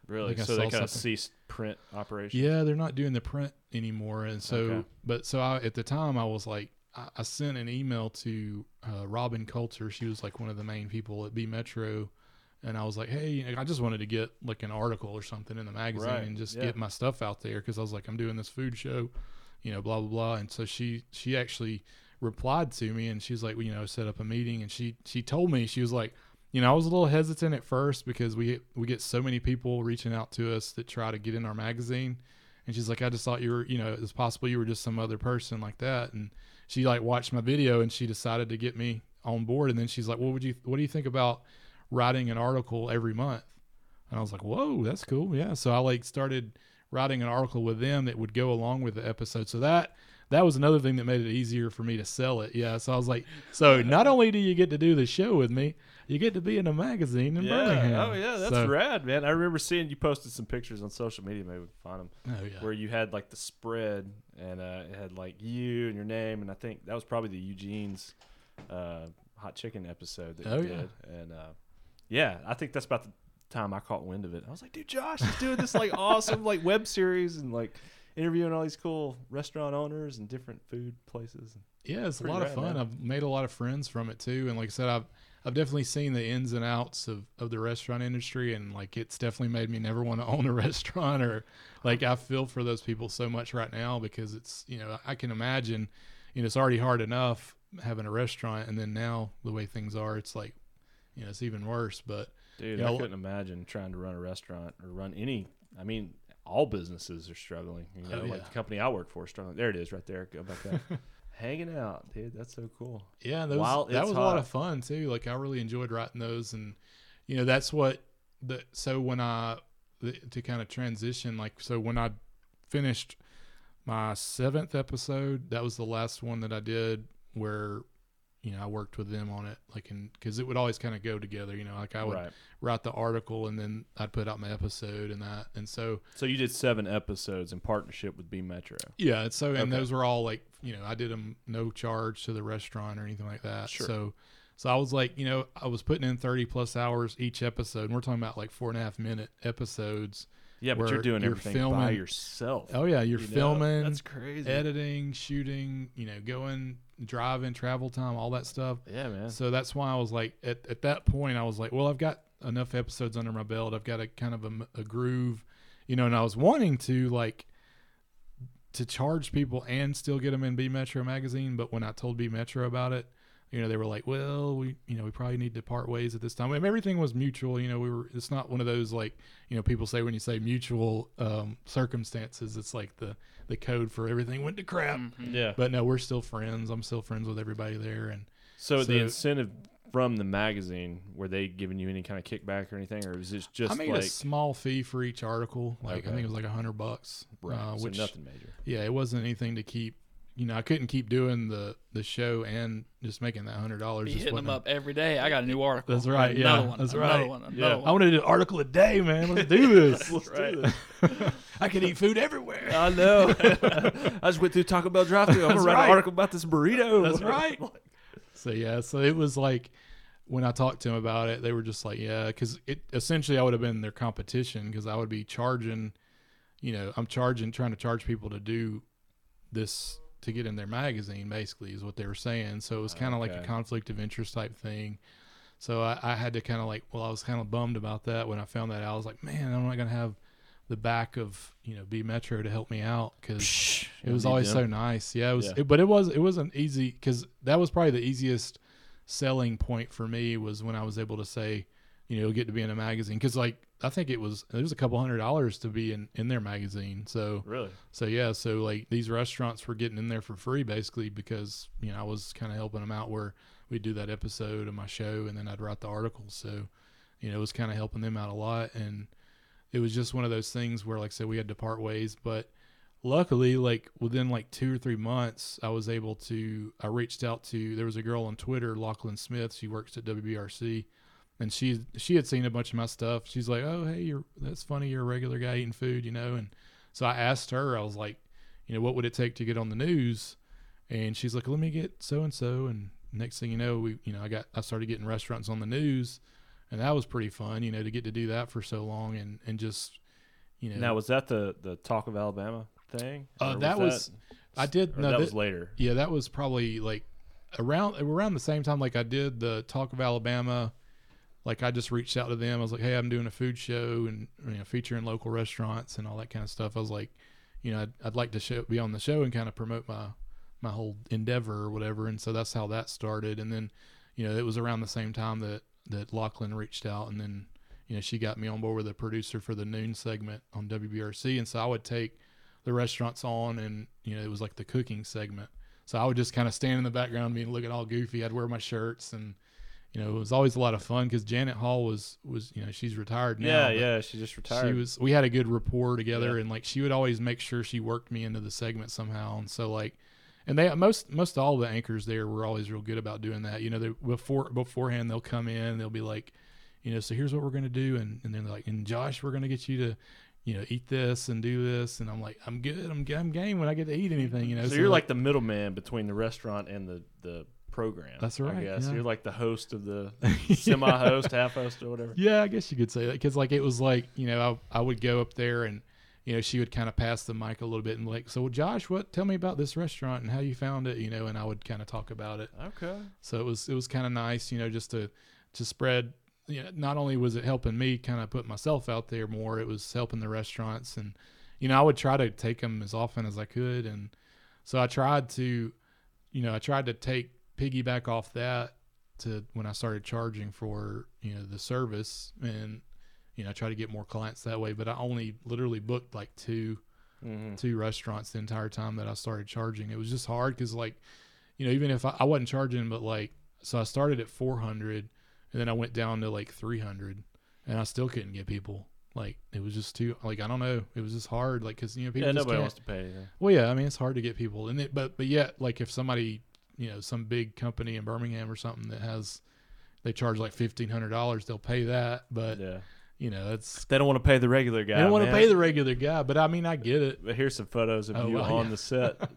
D: Really?
C: think I
D: So they
C: saw
D: kind of
C: something.
D: ceased print operations.
C: Yeah, they're not doing the print anymore, and so
D: Okay.
C: but so I, at the time I was like, I, I sent an email to uh, Robin Coulter. She was like one of the main people at B Metro, and I was like, hey, you know, I just wanted to get like an article or something in the magazine
D: Right,
C: and just
D: yeah.
C: get my stuff out there because I was like, I'm doing this food show, you know, blah blah blah. And so she she actually replied to me and she's like, well, you know, set up a meeting, and she she told me she was like. You know, I was a little hesitant at first because we we get so many people reaching out to us that try to get in our magazine, and she's like, I just thought you were, you know, it's possible you were just some other person like that. And she like watched my video and she decided to get me on board. And then she's like, What would you, what do you think about writing an article every month? And I was like, Whoa, that's cool. Yeah. So I like started writing an article with them that would go along with the episode. So that, that was another thing that made it easier for me to sell it. Yeah. So I was like, So not only do you get to do the show with me, you get to be in a magazine in
D: Yeah.
C: Birmingham.
D: Oh yeah, that's
C: So-
D: rad, man. I remember seeing you posted some pictures on social media. Maybe we can find them
C: Oh, yeah.
D: where you had like the spread and uh, it had like you and your name, and I think that was probably the Eugene's uh, hot chicken episode that
C: Oh,
D: you
C: yeah.
D: did. And uh, yeah, I think that's about the time I caught wind of it. I was like, dude, Josh is doing this like awesome like web series and like interviewing all these cool restaurant owners and different food places.
C: Yeah, it's a
D: Pretty
C: lot of
D: rad,
C: fun.
D: man.
C: I've made a lot of friends from it too, and like I said, I've I've definitely seen the ins and outs of, of the restaurant industry, and like it's definitely made me never want to own a restaurant or like I feel for those people so much right now because it's you know I can imagine, you know, it's already hard enough having a restaurant, and then now the way things are, it's like, you know, it's even worse. But
D: Dude,
C: You
D: I
C: know,
D: couldn't imagine trying to run a restaurant or run any. I mean, all businesses are struggling. You know,
C: Oh,
D: like
C: yeah.
D: the company I work for is struggling. There it is, right there. Go back up. Hanging out, dude. That's so cool.
C: Yeah, and those,
D: While
C: that
D: it's
C: was a lot
D: hot.
C: of fun too. Like I really enjoyed writing those, and you know that's what the so when I the, to kind of transition like so when I finished my seventh episode, that was the last one that I did where you know I worked with them on it, like and because it would always kind of go together. You know, like I would
D: right.
C: write the article and then I'd put out my episode and that, and so
D: So you did seven episodes in partnership with B Metro.
C: yeah, and so and
D: Okay.
C: those were all like you know I did them no charge to the restaurant or anything like that.
D: Sure.
C: So so I was like you know I was putting in thirty plus hours each episode. And we're talking about like four and a half minute episodes.
D: Yeah, but
C: Where
D: you're doing
C: you're
D: everything by
C: filming-
D: yourself.
C: Oh yeah, you're
D: You know,
C: filming,
D: That's crazy.
C: editing, shooting, you know, going, driving, travel time, all that stuff.
D: yeah, man.
C: So that's why I was like, at, at that point, I was like, well, I've got enough episodes under my belt. I've got a kind of a, m- a groove, you know, and I was wanting to like to charge people and still get them in B Metro magazine. But when I told B Metro about it, you know, they were like, well, we, you know, we probably need to part ways at this time. I mean, everything was mutual. You know, we were, it's not one of those like, you know, people say when you say mutual um, circumstances, it's like the, the code for everything went to crap.
D: yeah.
C: But no, we're still friends. I'm still friends with everybody there. And,
D: So, the
C: so-
D: incentive from the magazine were they giving you any kind of kickback or anything, or was it just
C: I made
D: like
C: a small fee for each article. Like I
D: Okay.
C: think it was like a hundred bucks. Uh,
D: so
C: which
D: nothing major?
C: yeah, it wasn't anything to keep. You know, I couldn't keep doing the the show and just making that hundred dollars.
A: Be hitting them up every day. I got a new article.
C: That's right, yeah,
A: Another one.
C: that's
A: another
C: right.
A: One, another
D: Yeah.
A: one.
C: I want to do an article a day, man. Let's do this.
D: Right.
C: I can eat food everywhere.
D: I know. I just went through Taco Bell drive-through. I'm gonna
C: That's
D: write
C: right.
D: an article about this burrito.
C: That's right. So yeah, so it was like when I talked to them about it, they were just like, yeah, because it essentially I would have been their competition because I would be charging, you know, I'm charging trying to charge people to do this to get in their magazine basically is what they were saying. So it was kind of like
D: Okay.
C: a conflict of interest type thing. So I, I had to kind of like, well, I was kind of bummed about that when I found that out. I was like, man, I'm not gonna have the back of you know B Metro to help me out because it
D: Yeah,
C: was
D: me
C: always
D: too.
C: so nice. Yeah, it was,
D: Yeah.
C: it- but it was it wasn't easy because that was probably the easiest selling point for me was when I was able to say, you know, get to be in a magazine because like I think it was it was a couple hundred dollars to be in in their magazine. So
D: Really?
C: so yeah, so like these restaurants were getting in there for free basically because you know I was kind of helping them out where we'd do that episode of my show and then I'd write the articles. So you know it was kind of helping them out a lot, and it was just one of those things where like I said we had to part ways, but luckily like within like two or three months I was able to I reached out to there was a girl on Twitter Lachlan Smith she works at WBRC. And she she had seen a bunch of my stuff. She's like, "Oh, hey, you're that's funny. You're a regular guy eating food, you know." And so I asked her, I was like, you know, what would it take to get on the news? And she's like, let me get so and so. And next thing you know, we, you know, I got, I started getting restaurants on the news, and that was pretty fun, you know, to get to do that for so long and and just, you know,
D: Now was that the the talk of Alabama thing?
C: Uh,
D: Or
C: that was- I did.
D: or
C: No,
D: that
C: thi-
D: was later.
C: yeah, that was probably like around around the same time like I did the Talk of Alabama. Like I just reached out to them. I was like, "Hey, I'm doing a food show and you know, featuring local restaurants and all that kind of stuff." I was like, "You know, I'd, I'd like to show, be on the show and kind of promote my my whole endeavor or whatever." And so that's how that started. And then, you know, it was around the same time that that Lachlan reached out, and then you know she got me on board with a producer for the noon segment on WBRC. And so I would take the restaurants on, and you know, it was like the cooking segment. So I would just kind of stand in the background, being looking all goofy. I'd wear my shirts, and you know, it was always a lot of fun because Janet Hall was was you know she's retired now.
D: Yeah,
C: but
D: yeah. She just retired.
C: She was. We had a good rapport together,
D: Yeah.
C: and like she would always make sure she worked me into the segment somehow. And so like, and they most most all the anchors there were always real good about doing that. You know, they before beforehand they'll come in, they'll be like, you know, so here's what we're gonna do, and and then they're like, and Josh, we're gonna get you to. You know, eat this and do this, and I'm like, I'm good. I'm, I'm game when I get to eat anything. You know,
D: so, you're
C: like-
D: like the middleman between the restaurant and the the program.
C: That's
D: I
C: right,
D: guess
C: yeah.
D: you're like the host of the semi-host, half-host, or whatever.
C: Yeah, I guess you could say that because like it was like you know I, I would go up there and you know she would kind of pass the mic a little bit and like so Josh what tell me about this restaurant and how you found it you know and I would kind of talk about it
D: Okay.
C: so it was it was kind of nice you know just to to spread you know not only was it helping me kind of put myself out there more it was helping the restaurants and you know I would try to take them as often as I could and so I tried to you know I tried to take piggyback off that to when I started charging for you know the service and you know I try to get more clients that way but I only literally booked like two
D: Mm-hmm.
C: two restaurants the entire time that I started charging. It was just hard because like, you know, even if I, I wasn't charging, but like, so I started at 400 and then I went down to like 300 and I still couldn't get people. Like it was just too like I don't know. It was just hard. Like because you know people
D: Yeah,
C: just
D: nobody
C: can't-
D: wants to pay anything.
C: well, yeah, I mean it's hard to get people, and it, but but yet, like if somebody, you know, some big company in Birmingham or something that has, they charge like fifteen hundred dollars, they'll pay that. But
D: yeah.
C: you know, that's
D: They don't want to pay the regular guy.
C: they don't want to
D: man.
C: pay the regular guy. But I mean, I get it.
D: But here's some photos of
C: Oh,
D: you
C: well,
D: on
C: yeah.
D: the set.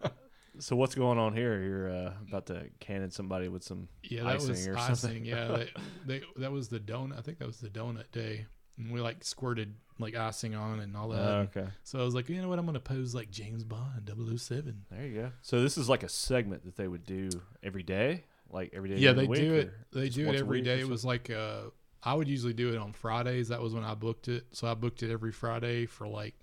D: so what's going on here? You're uh, about to cannon somebody with some.
C: Yeah, that
D: icing
C: was
D: or
C: icing.
D: something.
C: Yeah, that, they, that was the donut. I think that was the donut day, and we like squirted like icing on and all that.
D: Oh, okay.
C: So I was like, you know what, I'm gonna pose like James Bond 007.
D: There you go. So this is like a segment that they would do every day, like every day.
C: Yeah,
D: of the
C: they
D: week,
C: do it.
D: or
C: They
D: just
C: do it
D: once a
C: every
D: week or
C: day. It
D: something?
C: was like uh, I would usually do it on Fridays. That was when I booked it. So I booked it every Friday for like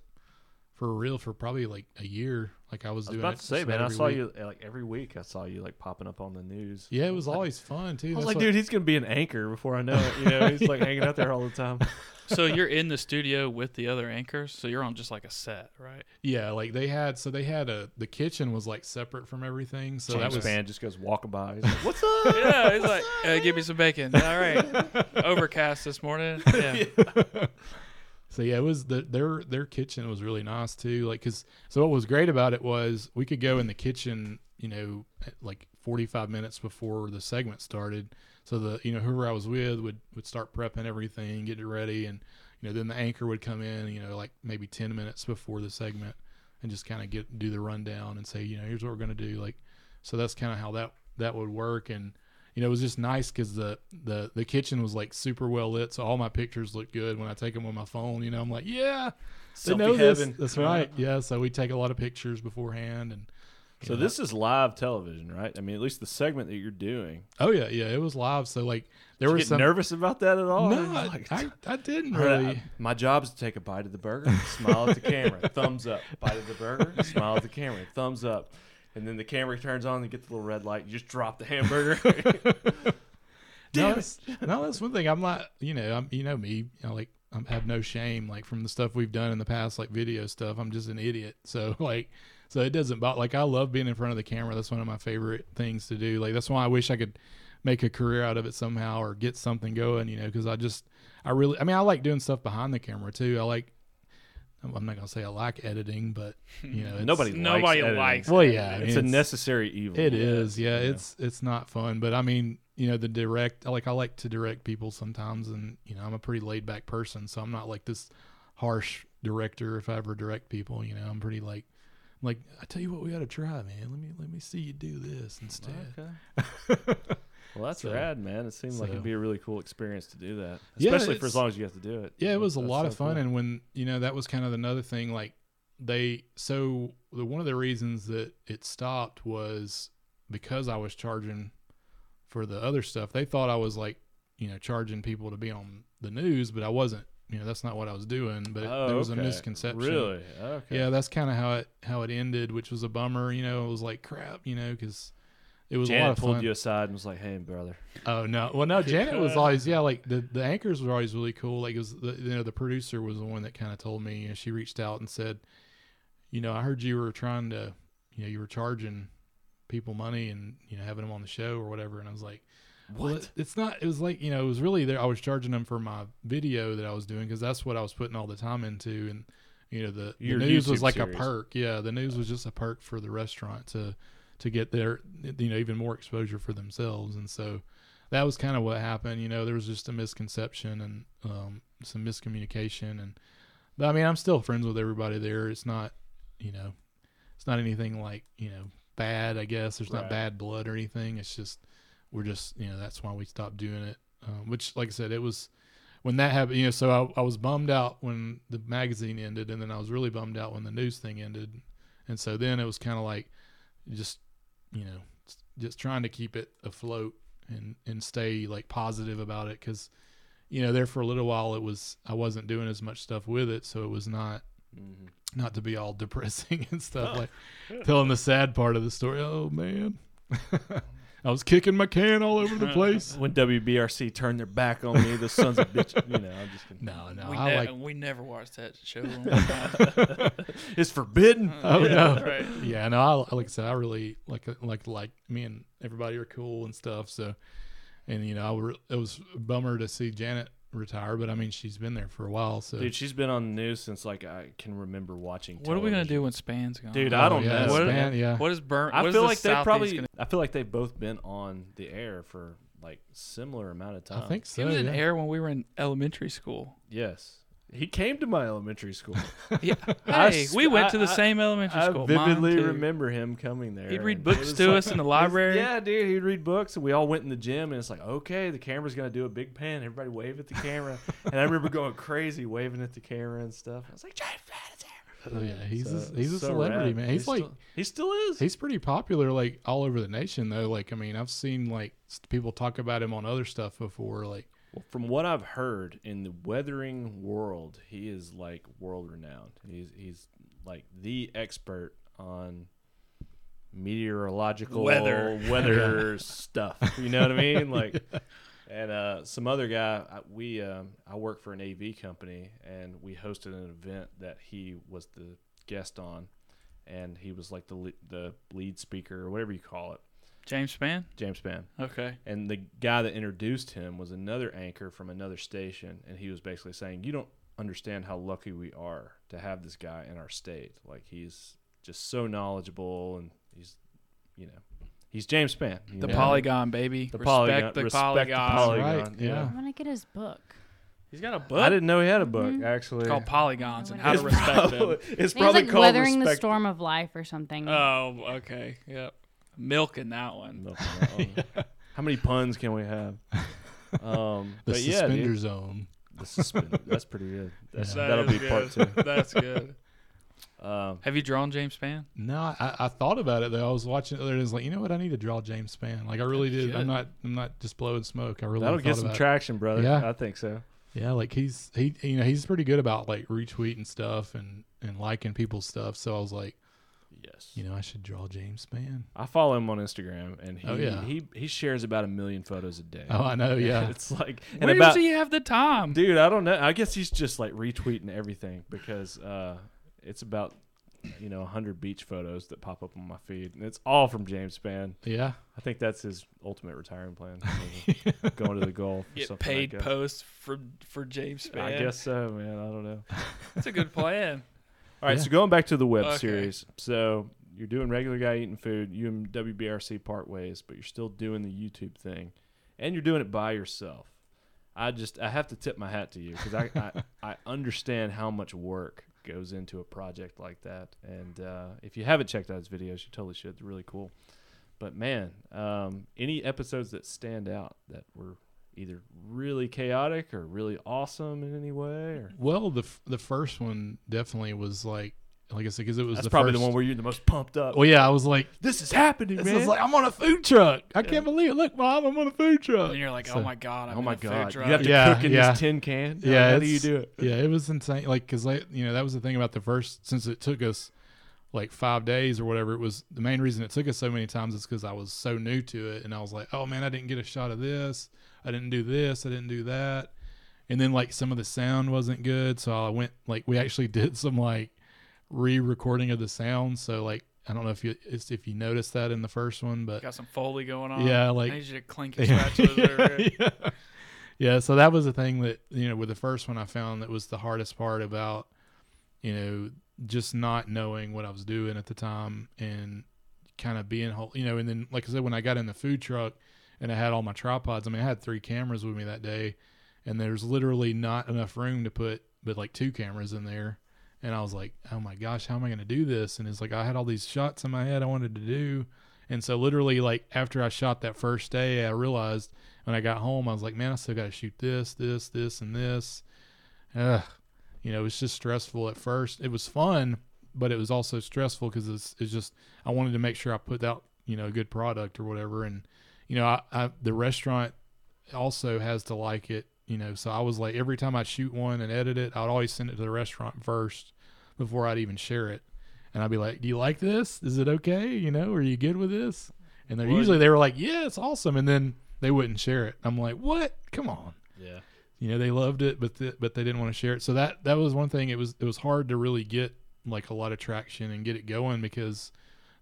C: for real for probably like a year. Like I was,
D: I was
C: doing
D: about
C: it
D: to say,
C: just
D: man,
C: about
D: I
C: every
D: saw
C: week.
D: you uh, like every week. I saw you like popping up on the news.
C: Yeah, it was always fun too.
D: I was
C: That's
D: like,
C: what-
D: dude, he's gonna be an anchor before I know it. You know, he's like hanging out there all the time.
A: so you're in the studio with the other anchors, so you're on just like a set, right?
C: Yeah, like they had so they had a the kitchen was like separate from everything. So that
D: James
C: was
D: Spann just goes walking by. He's like, What's up?
A: Yeah, he's like, uh, give me some bacon. All right, overcast this morning. Yeah,
C: So yeah, it was the their their kitchen was really nice too. Like, cause so what was great about it was we could go in the kitchen, you know, at like forty five minutes before the segment started. So the you know whoever I was with would would start prepping everything, get it ready, and you know then the anchor would come in, you know, like maybe ten minutes before the segment, and just kind of get do the rundown and say, you know, here's what we're gonna do. Like, so that's kind of how that that would work and. you know, it was just nice because the, the the kitchen was like super well lit, so all my pictures look good when I take them on my phone. You know, I'm like, yeah, they
D: Selfie
C: know this.
D: heaven.
C: That's right. Yeah, so we take a lot of pictures beforehand, and
D: So
C: Yeah.
D: this is live television, right? I mean, at least the segment that you're doing.
C: oh yeah, yeah, it was live. So like there
D: Did you
C: was
D: get
C: some.
D: nervous about that at all?
C: No,
D: You're
C: I,
D: like,
C: I, I didn't
D: All right,
C: really.
D: I- my job is to take a bite of the burger, smile at the camera, thumbs up. Bite of the burger, smile at the camera, thumbs up. And then the camera turns on and get the little red light. You just drop the hamburger.
C: no, that's, no, that's one thing. I'm not, you know, I'm, you know me, you know, like I have no shame, like from the stuff we've done in the past, like video stuff. I'm just an idiot, so like, so it doesn't bother. Like I love being in front of the camera. That's one of my favorite things to do. Like that's why I wish I could make a career out of it somehow or get something going, you know, because I just, I really, I mean, I like doing stuff behind the camera too. I like, I'm not gonna say I like editing, but you know, it's-
D: Nobody
A: Nobody
D: likes,
A: likes
C: Well, yeah, I mean,
D: It's a necessary evil.
C: it is, yeah.
D: you know.
C: It's it's not fun, but I mean, you know, the direct. Like I like to direct people sometimes, and you know, I'm a pretty laid back person, so I'm not like this harsh director. If I ever direct people, you know, I'm pretty like, like I tell you what, we ought to try, man. Let me let me see you do this instead.
D: Okay. well, that's
C: So-
D: rad, man. It seemed like
C: so-
D: it'd be a really cool experience to do that,
C: Yeah,
D: especially for as
C: it's-
D: long as you have to do it.
C: Yeah, it was a
D: That's
C: lot
D: so
C: of fun,
D: cool.
C: and when you know that was kind of another thing. Like they, so the one of the reasons that it stopped was because I was charging for the other stuff. They thought I was like, you know, charging people to be on the news, but I wasn't. You know, that's not what I was doing. But it,
D: Oh,
C: there was
D: okay.
C: a misconception.
D: Really? Okay.
C: Yeah, that's kind of how it how it ended, which was a bummer. You know, it was like crap. You know, because it was a lot
D: Janet
C: of
D: pulled
C: fun.
D: you aside and was like, "Hey, brother."
C: Oh no! Well, no. Janet was always yeah. Like the, the anchors were always really cool. Like it was the, you know the producer was the one that kind of told me. and she reached out and said, you know, I heard you were trying to, you know, you were charging people money and you know having them on the show or whatever. And I was like, well, it- it's not. It was like you know it was really there. I was charging them for my video that I was doing because that's what I was putting all the time into. And you know the, the
D: Your
C: news was
D: YouTube
C: like
D: series.
C: a perk. Yeah, the news was just a perk for the restaurant to to get their you know even more exposure for themselves. And so that was kind of what happened. You know, there was just a misconception and um, some miscommunication. And but I mean, I'm still friends with everybody there. It's not, you know, it's not anything like you know bad. I guess there's
D: Right.
C: not bad blood or anything. It's just we're just you know that's why we stopped doing it. Um, which, like I said, it was when that happened. You know, so I, I was bummed out when the magazine ended, and then I was really bummed out when the news thing ended. And so then it was kind of like just you know just trying to keep it afloat and and stay like positive about it because you know there for a little while it was i wasn't doing as much stuff with it so it was not
D: Mhm.
C: not to be all depressing and stuff like telling the sad part of the story oh man i was kicking my can all over the place
D: When WBRC turned their back on me, the sons of bitch. You know, I'm just kidding.
C: no no
A: we,
C: i
A: ne-
C: like
A: we never watched that show.
D: It's forbidden.
C: Oh,
A: Yeah,
C: no.
A: right.
C: yeah, no, I, like I said, I really like like like me and everybody are cool and stuff. So, and you know, I were, it was a bummer to see Janet retire, but I mean, she's been there for a while. So,
D: Dude, she's been on the news since like I can remember watching.
A: What are we gonna
D: television.
A: do when Span's gone?
D: Dude, I
C: Oh,
D: don't
C: yeah,
D: know.
A: What-
C: Span, yeah.
A: What is burn?
D: I
A: what is
D: feel
A: the
D: like they
A: Southeast
D: probably.
A: Gonna-
D: I feel like they've both been on the air for like similar amount of time.
C: I think
A: he
C: so.
A: was in
C: yeah.
A: air when we were in elementary school.
D: Yes, he came to my elementary school.
A: Yeah.
D: I
A: Hey,
D: s-
A: we went to the
D: I- I-
A: same elementary
D: I
A: school. Mine,
D: vividly
A: too.
D: remember him coming there.
A: He'd read
D: and it
A: books
D: was
A: to
D: like-
A: us in the library.
D: Yeah, dude, he'd read books, and we all went in the gym, and it's like, okay, the camera's gonna do a big pan. Everybody wave at the camera, and I remember going crazy, waving at the camera and stuff. I was like, James Flat is here.
C: Oh, yeah, he's
D: So-
C: a, he's a
D: so
C: celebrity
D: rad.
C: man. He's, like
D: still, he still is.
C: he's pretty popular like all over the nation though. Like I mean, I've seen like s- people talk about him on other stuff before. Like
D: Well, from what I've heard in the weathering world, he is like world renowned. He's he's like the expert on meteorological
A: Weather.
D: weather stuff. You know what I mean? Like, and uh, some other guy. I, we um, I work for an AV company, and we hosted an event that he was the guest on, and he was like the le- the lead speaker or whatever you call it,
A: James Span.
D: James Spann
A: Okay.
D: and the guy that introduced him was another anchor from another station and he was basically saying you don't understand how lucky we are to have this guy in our state like he's just so knowledgeable and he's you know he's james spann you
A: The
D: know?
A: Polygon baby.
D: the
A: respect
D: polygon
A: the
D: respect the
A: polygon.
D: polygon,
C: Right,
D: yeah.
C: yeah.
E: I want to get his book.
A: He's got a book.
D: i didn't know he had a book
C: Mm-hmm.
E: Mhm.
D: actually
A: called Polygons and
E: It's
A: How to Respect
D: probably,
A: Them.
D: it's
E: I think
D: probably
E: it's like
D: called
E: weathering the
D: respect Uh,
E: storm of life or something.
A: Oh, okay. Yep. Milk in that one.
D: No, no, no. How many puns can we have? Um,
C: The
D: but yeah,
C: suspender
D: dude,
C: zone.
D: the suspend- that's pretty good. That,
C: Yeah.
D: that'll be part two.
A: That's good.
D: Um,
A: Have you drawn James Spann?
C: No, I, I thought about it though. I was watching it the other day. and I was like, you know what? I need to draw James Spann. Like I really did.
A: should.
C: I'm not. I'm not just blowing smoke. I really
D: that'll
C: thought
D: get some
C: about it.
D: traction, brother.
C: Yeah.
D: I think so.
C: Yeah, like he's he you know he's pretty good about like retweeting stuff and and liking people's stuff. So I was like,
D: Yes.
C: you know, I should draw James Spann.
D: I follow him on Instagram, and he
C: Oh, yeah.
D: he he shares about a million photos a day.
C: Oh, I know. Yeah,
D: it's like and
A: Where
D: about
A: does he have the time?
D: dude. I don't know. I guess he's just like retweeting everything because uh, it's about you know hundred beach photos that pop up on my feed, and it's all from James Spann.
C: yeah.
D: I think that's his ultimate retirement plan: going to the Gulf, or
A: Get
D: something
A: paid
D: Like that.
A: posts for for James Spann.
D: I guess so, man. I don't know.
A: that's a good plan.
D: All right,
C: Yeah.
D: so going back to the web
A: Okay.
D: series. So you're doing regular guy eating food, you and WBRC part ways, but you're still doing the YouTube thing, and you're doing it by yourself. I just I have to tip my hat to you because I, I I understand how much work goes into a project like that, and uh, if you haven't checked out his videos, you totally should. They're really cool. But man, um, any episodes that stand out that were either really chaotic or really awesome in any way, or
C: Well, the f- the first one definitely was like like I said because it was
D: that's
C: the
D: probably
C: first,
D: the one where you're the most pumped up.
C: Well, yeah, I was like,
D: this is happening,
C: this
D: man.
C: is like I'm on a food truck. I can't believe it. Look, mom, I'm on a food truck.
A: And you're like,
C: So-
A: oh my god, I'm
D: oh my
A: in a food
D: god, you
A: truck.
D: have to
C: Yeah,
D: cook in
C: yeah.
D: this tin can.
C: Yeah,
D: how do you
C: it's-
D: do it?
C: yeah, it was insane. Like, cause like you know that was the thing about the first since it took us like five days or whatever. It was the main reason it took us so many times is because I was so new to it, and I was like, oh man, I didn't get a shot of this. I didn't do this. I didn't do that. And then like some of the sound wasn't good, so I went like we actually did some like re-recording of the sound. So like I don't know if you it's, if you noticed that in the first one, but
A: Got some foley going on.
C: Yeah,
A: I
C: like-
A: need you to clink your
C: yeah.
A: spatulas over it.
C: yeah. Yeah, so that was the thing that, you know, with the first one I found that was the hardest part about, you know, just not knowing what I was doing at the time and kind of being whole, you know, and then, like I said, when I got in the food truck and I had all my tripods, I mean, I had three cameras with me that day and there's literally not enough room to put, but like two cameras in there. And I was like, oh my gosh, how am I going to do this? And it's like, I had all these shots in my head I wanted to do. And so, literally, like after I shot that first day, I realized when I got home, I was like, man, I still got to shoot this, this, this, and this. Ugh. You know, it was just stressful at first. It was fun, but it was also stressful because it's, it's just, I wanted to make sure I put out, you know, a good product or whatever. And, you know, I, I the restaurant also has to like it, you know. So I was like, every time I shoot one and edit it, I'd always send it to the restaurant first before I'd even share it. And I'd be like, do you like this? Is it okay? You know, are you good with this? And they're
D: Well,
C: usually, they were like, yeah, it's awesome. And then, they wouldn't share it. I'm like, what? Come on.
D: Yeah,
C: You know, they loved it, but th- but they didn't want to share it. So that that was one thing. It was it was hard to really get like a lot of traction and get it going because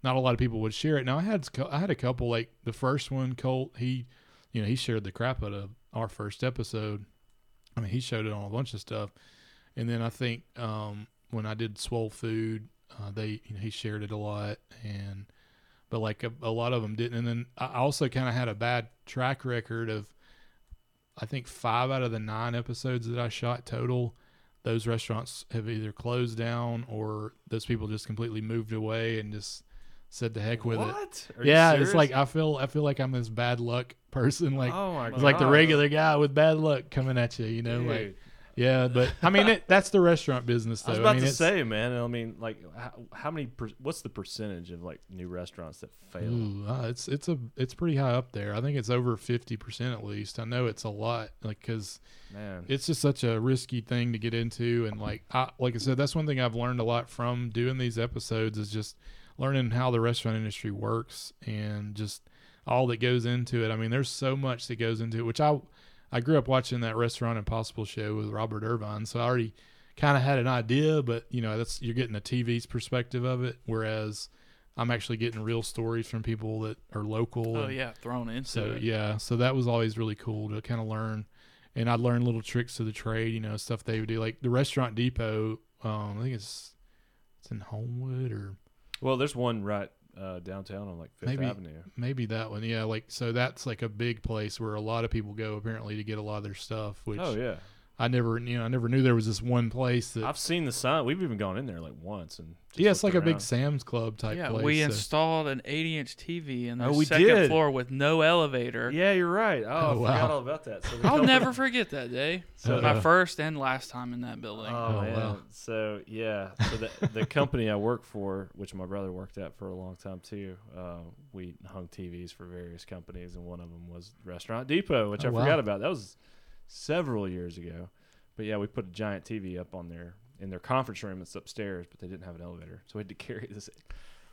C: not a lot of people would share it. Now I had cou- I had a couple like the first one, Colt. He, you know, he shared the crap out of our first episode. I mean, he showed it on a bunch of stuff, and then I think um, when I did Swole Food, uh, they you know, he shared it a lot, and but like a, a lot of them didn't. And then I I also kind of had a bad track record of I think five out of the nine episodes that I shot total, those restaurants have either closed down or those people just completely moved away and just said the heck with it.
D: what? Are you
C: yeah, it's
D: serious?
C: like I feel I feel like I'm this bad luck person, like
D: oh my god,
C: it's like the regular guy with bad luck coming at you, you know,
D: Dude.
C: like yeah. But I mean, it, that's the restaurant business,
D: I
C: though.
D: was about
C: mean,
D: to
C: it's-
D: say, man. I mean, like, how, how many? Per, what's the percentage of like new restaurants that fail?
C: Ooh, uh, it's it's a it's pretty high up there. I think it's over fifty percent at least. I know it's a lot, like because
D: Man,
C: it's just such a risky thing to get into and like I like I said that's one thing I've learned a lot from doing these episodes is just learning how the restaurant industry works and just all that goes into it. I mean there's so much that goes into it which I I grew up watching that restaurant impossible show with Robert Irvine so I already kind of had an idea but you know that's you're getting a TV's perspective of it whereas I'm actually getting real stories from people that are local
A: Oh
C: and-
A: yeah, thrown into
C: so
A: it.
C: yeah, so that was always really cool to kind of learn, and I learned little tricks of the trade, you know, stuff they would do, like the Restaurant Depot. Um, I think it's it's in Homewood or
D: well, there's one right uh, downtown on like Fifth
C: Maybe-
D: Avenue.
C: maybe that one. Yeah, like so that's like a big place where a lot of people go apparently to get a lot of their stuff. Which
D: oh yeah,
C: I never, you know, I never knew there was this one place that.
D: I've seen the sign. We've even gone in there like once and just
C: yeah, it's like
D: looked
C: a big
D: around.
C: Sam's Club type
A: yeah,
C: place.
A: we
C: so-
A: installed an 80 inch TV in the
D: Oh, we
A: second
D: did.
A: floor with no elevator.
D: Yeah, you're right. Oh, I
C: Oh, wow.
D: forgot all about that. So we
A: I'll
D: go-
A: never forget that day.
D: So- uh,
A: My first and last time in that building.
D: Oh,
C: Oh,
D: man.
C: wow.
D: So yeah, so the, the company I work for, which my brother worked at for a long time too, uh, we hung TVs for various companies, and one of them was Restaurant Depot, which
C: Oh,
D: I
C: wow.
D: forgot about. That was several years ago, but yeah, we put a giant TV up on their in their conference room. It's upstairs, but they didn't have an elevator, so we had to carry this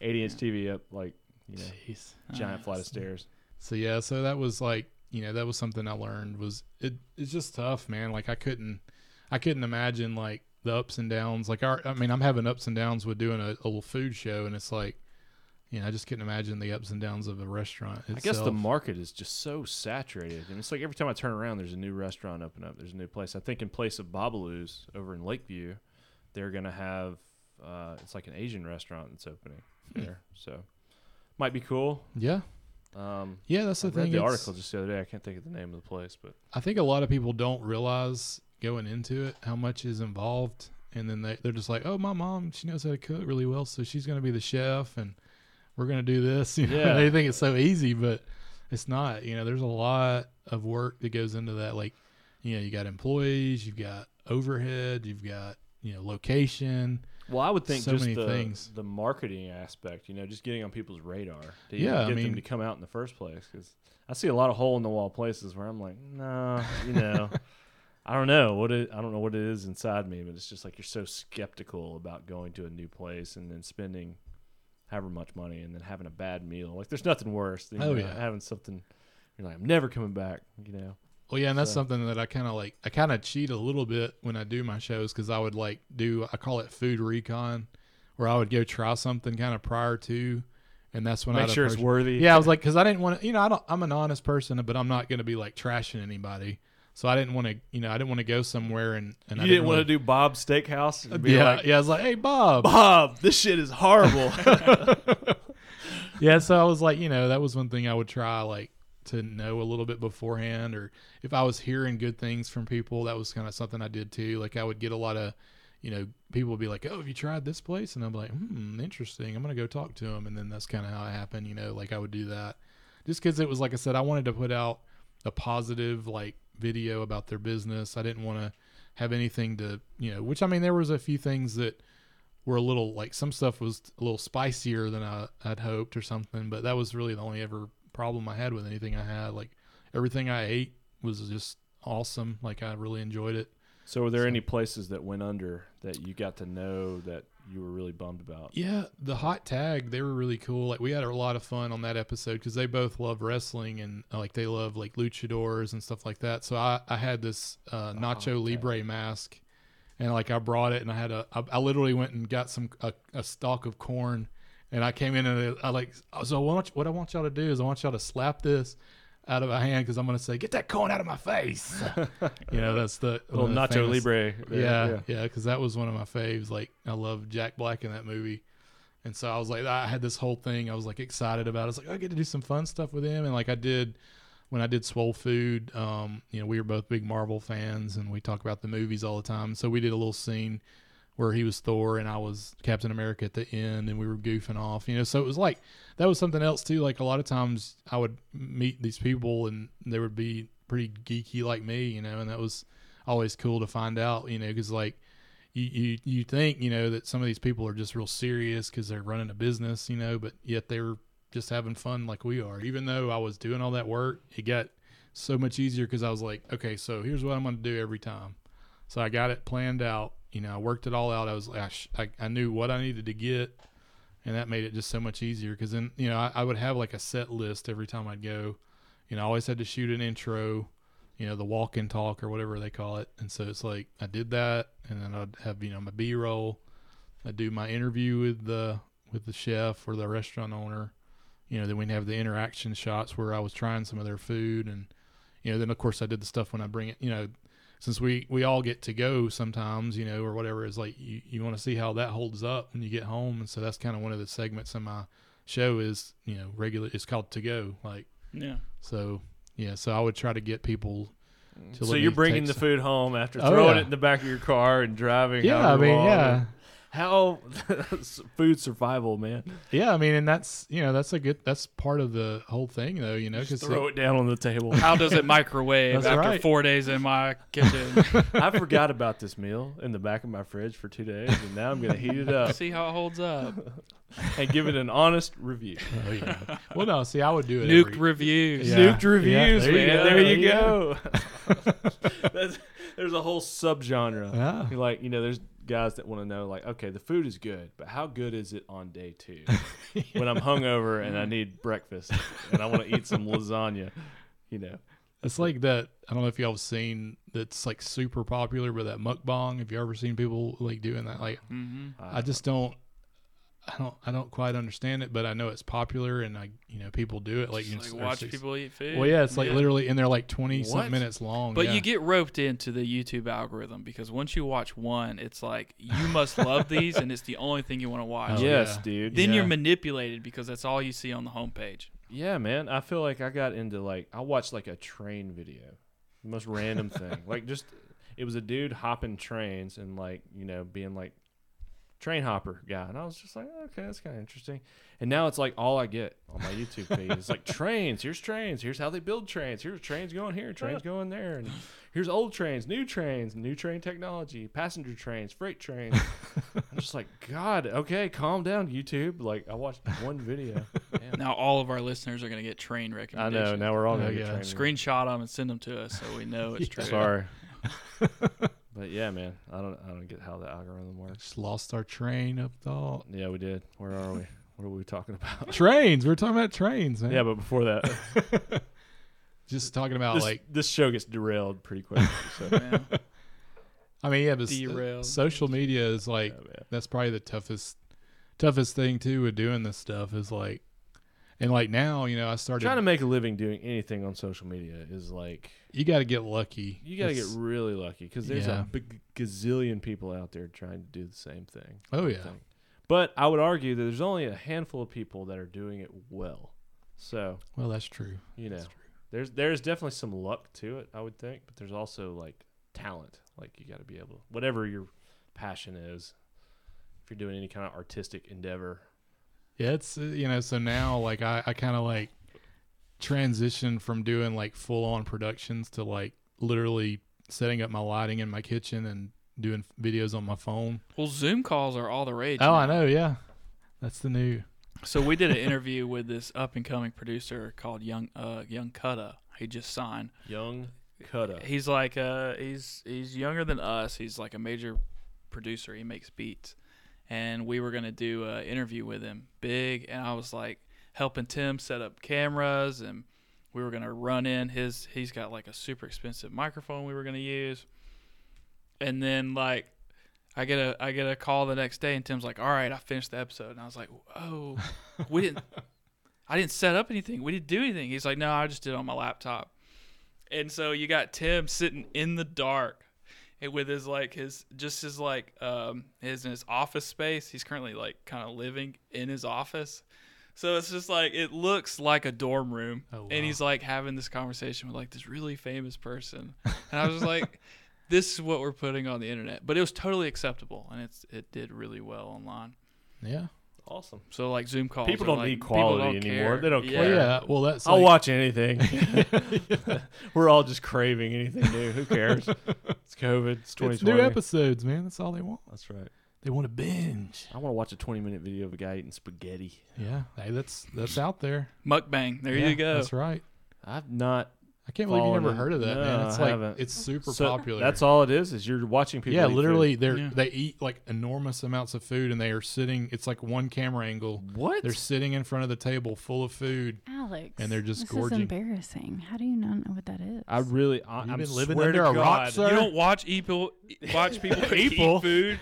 D: 80 inch TV up like you know,
C: Jeez.
D: giant flight of stairs.
C: So yeah, so that was like you know that was something I learned was it it's just tough, man. Like I couldn't I couldn't imagine like the ups and downs. Like our I mean I'm having ups and downs with doing a, a little food show, and it's like you know I just couldn't imagine the ups and downs of a restaurant. Itself.
D: I guess the market is just so saturated, and it's like every time I turn around, there's a new restaurant opening up. There's a new place. I think in place of Babalu's over in Lakeview, they're gonna have uh, it's like an Asian restaurant that's opening there. So might be cool.
C: yeah
D: Um,
C: yeah that's the
D: I
C: thing.
D: read the
C: It's-
D: article just the other day. I can't think of the name of the place, but
C: I think a lot of people don't realize going into it how much is involved, and then they they're just like, oh my mom she knows how to cook really well, so she's gonna be the chef, and we're gonna do this. You know,
D: Yeah.
C: they think it's so easy, but it's not. You know, there's a lot of work that goes into that. Like, you know, you got employees, you've got overhead, you've got you know location.
D: well, I would think
C: So
D: just
C: many
D: the
C: things.
D: the marketing aspect. You know, just getting on people's radar. To
C: Yeah,
D: yeah,
C: I
D: get
C: mean-
D: them to come out in the first place because I see a lot of hole in the wall places where I'm like, no, you know. I don't know what it, I don't know what it is inside me, but it's just like you're so skeptical about going to a new place and then spending however much money and then having a bad meal. Like there's nothing worse than you
C: Oh,
D: know,
C: yeah.
D: having something you're like I'm never coming back. You know,
C: Well, yeah, and that's
D: So-
C: something that I kind of like. I kind of cheat a little bit when I do my shows because I would like do I call it food recon, where I would go try something kind of prior to, and that's when I
D: make sure it's worthy.
C: Yeah, I was like, because I didn't want to. You know, I don't. I'm an honest person, but I'm not going to be like trashing anybody. So I didn't want to. You know, I didn't want to go somewhere and and
D: you
C: I
D: didn't, want to do Bob's Steakhouse. And be
C: Yeah,
D: like,
C: yeah. I was like, hey, Bob.
D: Bob, this shit is horrible.
C: yeah so i was like you know that was one thing i would try like to know a little bit beforehand or if i was hearing good things from people that was kind of something i did too like i would get a lot of you know people would be like oh have you tried this place and i'm like hmm interesting i'm gonna go talk to them and then that's kind of how it happened you know like i would do that just because it was like i said i wanted to put out a positive like video about their business i didn't want to have anything to you know which i mean there was a few things that were a little like some stuff was a little spicier than I had hoped or something, but that was really the only ever problem I had with anything I had. Like everything I ate was just awesome. Like I really enjoyed it.
D: So, were there
C: So-
D: any places that went under that you got to know that you were really bummed about?
C: Yeah, the hot tag they were really cool. Like we had a lot of fun on that episode because they both love wrestling and uh, like they love like luchadors and stuff like that. So I I had this uh, Nacho Libre mask, and like I brought it and I had a I, I literally went and got some a, a stalk of corn, and I came in and I like so what I want- what I want y'all to do is I want y'all to slap this out of my hand because I'm gonna say get that corn out of my face. you know that's the
D: Little
C: one of
D: Nacho
C: the famous-
D: Libre. there,
C: yeah, yeah, because that was one of my faves. Like, I love Jack Black in that movie, and so I was like, I had this whole thing. I was like excited about. it. I was like, I get to do some fun stuff with him, and like I did when I did Swole Food. Um, you know, we were both big Marvel fans, and we talk about the movies all the time. So we did a little scene where he was Thor and I was Captain America at the end, and we were goofing off. You know, so it was like that was something else too. Like a lot of times I would meet these people, and they would be pretty geeky like me. You know, and that was always cool to find out, you know, because like you, you you think you know that some of these people are just real serious because they're running a business, you know, but yet they were just having fun like we are. Even though I was doing all that work, it got so much easier because I was like, okay, so here's what I'm going to do every time. So I got it planned out. You know, I worked it all out. I was I, sh- I, I knew what I needed to get, and that made it just so much easier. Because then you know I, I would have like a set list every time I'd go. You know, I always had to shoot an intro you know, the walk and talk or whatever they call it. And so it's like I did that and then I'd have, you know, my B roll. I do my interview with the with the chef or the restaurant owner. You know, then we'd have the interaction shots where I was trying some of their food and you know, then of course I did the stuff when I bring it, you know, since we we all get to go sometimes, you know, or whatever, is like you, you want to see how that holds up when you get home. And so that's kind of one of the segments in my show is, you know, regular it's called to go. Like
A: yeah.
C: so yeah, so I would try to get people till
D: So
C: it
D: you're
C: takes-
D: bringing the food home after
C: Oh,
D: throwing
C: yeah.
D: it in the back of your car and driving.
C: Yeah, I
D: however
C: mean,
D: long.
C: yeah,
D: How food survival, man.
C: yeah. I mean, and that's you know that's a good that's part of the whole thing though. You know, because
D: Just throw it down on the table.
A: How does it microwave
C: That's
A: after
C: right.
A: four days in my kitchen?
D: I forgot about this meal in the back of my fridge for two days, and now I'm going to heat it up
A: See how it holds up.
D: and give it an honest review.
C: oh, yeah. well, no, see, I would do it.
A: Nuked
C: every-
A: reviews.
C: Yeah.
D: Nuked reviews,
C: there you
D: man.
C: go,
D: there
C: there
D: you
C: you
D: go. That's, there's a whole subgenre.
C: Yeah.
D: You're Like you know, there's guys that want to know, like, okay, the food is good, but how good is it on day two when I'm hungover and I need breakfast and I want to eat some lasagna? You know,
C: It's like that. I don't know if y'all have seen that's like super popular, but that mukbang. Have you ever seen people like doing that? Like,
A: Mm-hmm.
C: I just don't. I don't. I don't quite understand it, but I know it's popular, and I, you know, people do it. Like, you know,
A: Just like
C: there's
A: watch
C: these-
A: people eat food.
C: Well, yeah, it's like
A: Yeah.
C: literally, and they're like twenty some
D: What?
C: minutes long.
A: But
C: yeah.
A: you get roped into the YouTube algorithm because once you watch one, it's like you must love these, and it's the only thing you want to watch.
C: Oh,
D: yes,
C: yeah.
D: dude.
A: Then you're
C: Yeah.
A: manipulated because that's all you see on the homepage.
D: Yeah, man. I feel like I got into like I watched like a train video, the most random thing. Like just it was a dude hopping trains and like you know being like train hopper guy, and I was just like, okay, that's kind of interesting. And now it's like all I get on my YouTube page. It's like trains. Here's trains. Here's how they build trains. Here's trains going here. Trains going there. And here's old trains, new trains, new train technology, passenger trains, freight trains. I'm just like, God, okay, calm down, YouTube. Like I watched one video. Damn.
A: Now all of our listeners are going to get train
D: I
A: recommendations.
D: know. Now we're all
C: Oh,
D: gonna
C: yeah.
D: get trained.
A: Screenshot them and send them to us so we know it's true.
D: Sorry. but yeah, man, I don't, I don't get how the algorithm works.
C: just lost our train of thought.
D: Yeah, we did. Where are we? What are we talking about?
C: Trains. We're talking about trains, man.
D: Yeah, but before that,
C: just talking about
D: this,
C: like.
D: this show gets derailed pretty quickly. So,
A: Yeah.
C: I mean, yeah, but s-
A: Derailed.
C: social media is
D: yeah,
C: like
D: man.
C: that's probably the toughest toughest thing too with doing this stuff is like, and like now you know I started.
D: Trying to make a living doing anything on social media is like
C: you got to get lucky.
D: you got to get
C: It's-
D: really lucky because there's
C: Yeah.
D: a big gazillion people out there trying to do the same thing.
C: Oh
D: I
C: yeah.
D: think. But I would argue that there's only a handful of people that are doing it well. So
C: Well, that's true.
D: you know there's there's definitely some luck to it i would think but there's also like talent like you got to be able whatever your passion is if you're doing any kind of artistic endeavor
C: Yeah, it's uh, you know so now like I I kind of like transitioned from doing like full on productions to like literally setting up my lighting in my kitchen and doing videos on my phone.
A: Well, Zoom calls are all the rage.
C: Oh,
A: now.
C: I know. Yeah, that's the new.
A: So we did an interview with this up and coming producer called Young uh, Young Cutta. He just signed.
D: young Cutta.
A: He's like uh he's he's younger than us. He's like a major producer. He makes beats. And we were going to do an interview with him. Big and I was like helping Tim set up cameras and we were going to run in his he's got like a super expensive microphone we were going to use. And then like I get a I get a call the next day and Tim's like, "All right, I finished the episode." And I was like, "Oh, we didn't I didn't set up anything. We didn't do anything." He's like, "No, I just did it on my laptop." And so you got Tim sitting in the dark and with his like his just his like um his in his office space. He's currently like kind of living in his office. So it's just like it looks like a dorm room.
C: Oh, wow.
A: And he's like having this conversation with like this really famous person. And I was just like this is what we're putting on the internet. But it was totally acceptable and it's it did really well online.
C: Yeah.
D: awesome
A: So like Zoom calls.
D: People
A: are,
D: don't
A: like-
D: need
A: people
D: quality
A: don't
D: anymore.
A: care.
D: They don't
C: Well,
D: care.
C: yeah. Well, that's.
D: i'll
C: like-
D: watch anything we're all just craving anything new who cares it's covid it's
C: It's new
D: 2020
C: episodes, man. That's all they want.
D: that's right
C: They want to binge.
D: i want to watch a 20 minute video of a guy eating spaghetti
C: Yeah. Hey, that's that's out there.
A: Mukbang. There
C: Yeah,
A: you go.
C: That's right.
D: i've not
C: I can't believe you
D: Fallen
C: never
D: in-
C: heard of that,
D: No,
C: man. It's
D: I
C: like
D: haven't.
C: it's super
D: so
C: popular.
D: that's all it is is you're watching people
C: yeah,
D: eat food.
C: literally, they're
A: Yeah.
C: they eat like enormous amounts of food, and they are sitting. It's like one camera angle.
D: what
C: They're sitting in front of the table full of food.
E: Alex.
C: And they're just
E: this
C: gorging.
E: is embarrassing. How do you not know what that is?
D: I really, I,
C: You've
D: I'm
C: been living
D: swear to
C: under a rock,
D: God.
C: sir?
A: You don't watch people watch people
D: People?
A: eat food.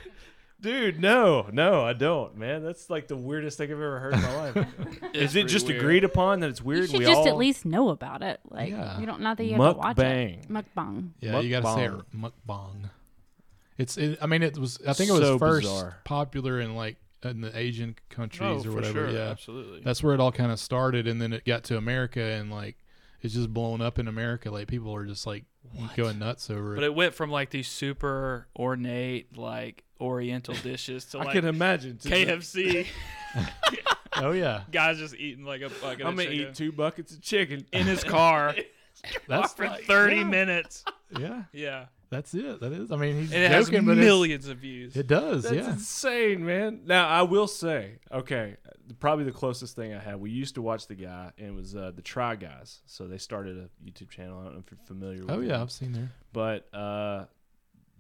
D: Dude, no, no, I don't, man. That's like the weirdest thing I've ever heard in my life. Is it
A: pretty
D: just
A: weird.
D: agreed upon that it's
E: you
D: weird?
E: should
D: we
E: just
D: all
E: at least know about it. Like
C: Yeah.
E: you don't not that you have to watch
D: mukbang.
E: it. Mukbang.
C: Yeah, you got to say it,
D: Mukbang.
C: mukbang. It's. It, I mean, it was. I think it was
D: So
C: first
D: bizarre.
C: popular in like in the Asian countries
A: Oh,
C: or
A: for
C: whatever.
A: sure.
C: Yeah,
A: Absolutely.
C: that's where it all kind of started, and then it got to America, and like is just blown up in America. Like people are just like going nuts over
A: But
C: it.
A: it went from like these super ornate, like Oriental dishes to
D: I
A: like
D: can imagine. too.
A: KFC
C: Oh yeah,
A: guys just eating like a bucket.
D: I'm
A: of
D: gonna
A: chicken
D: eat two buckets of chicken.
A: in his car
C: that's
A: for 30
C: yeah.
A: minutes.
C: yeah,
A: Yeah,
C: that's it. That is. I mean, he's
A: and it has
C: joking, but it's-
A: millions of views.
C: it does.
D: That's
C: yeah,
D: insane, man. Now I will say, okay, probably the closest thing I had. We used to watch the guy, and it was uh, the Try Guys. So they started a YouTube channel. I don't know if you're familiar. with
C: Oh
D: them.
C: yeah, I've seen there.
D: But uh,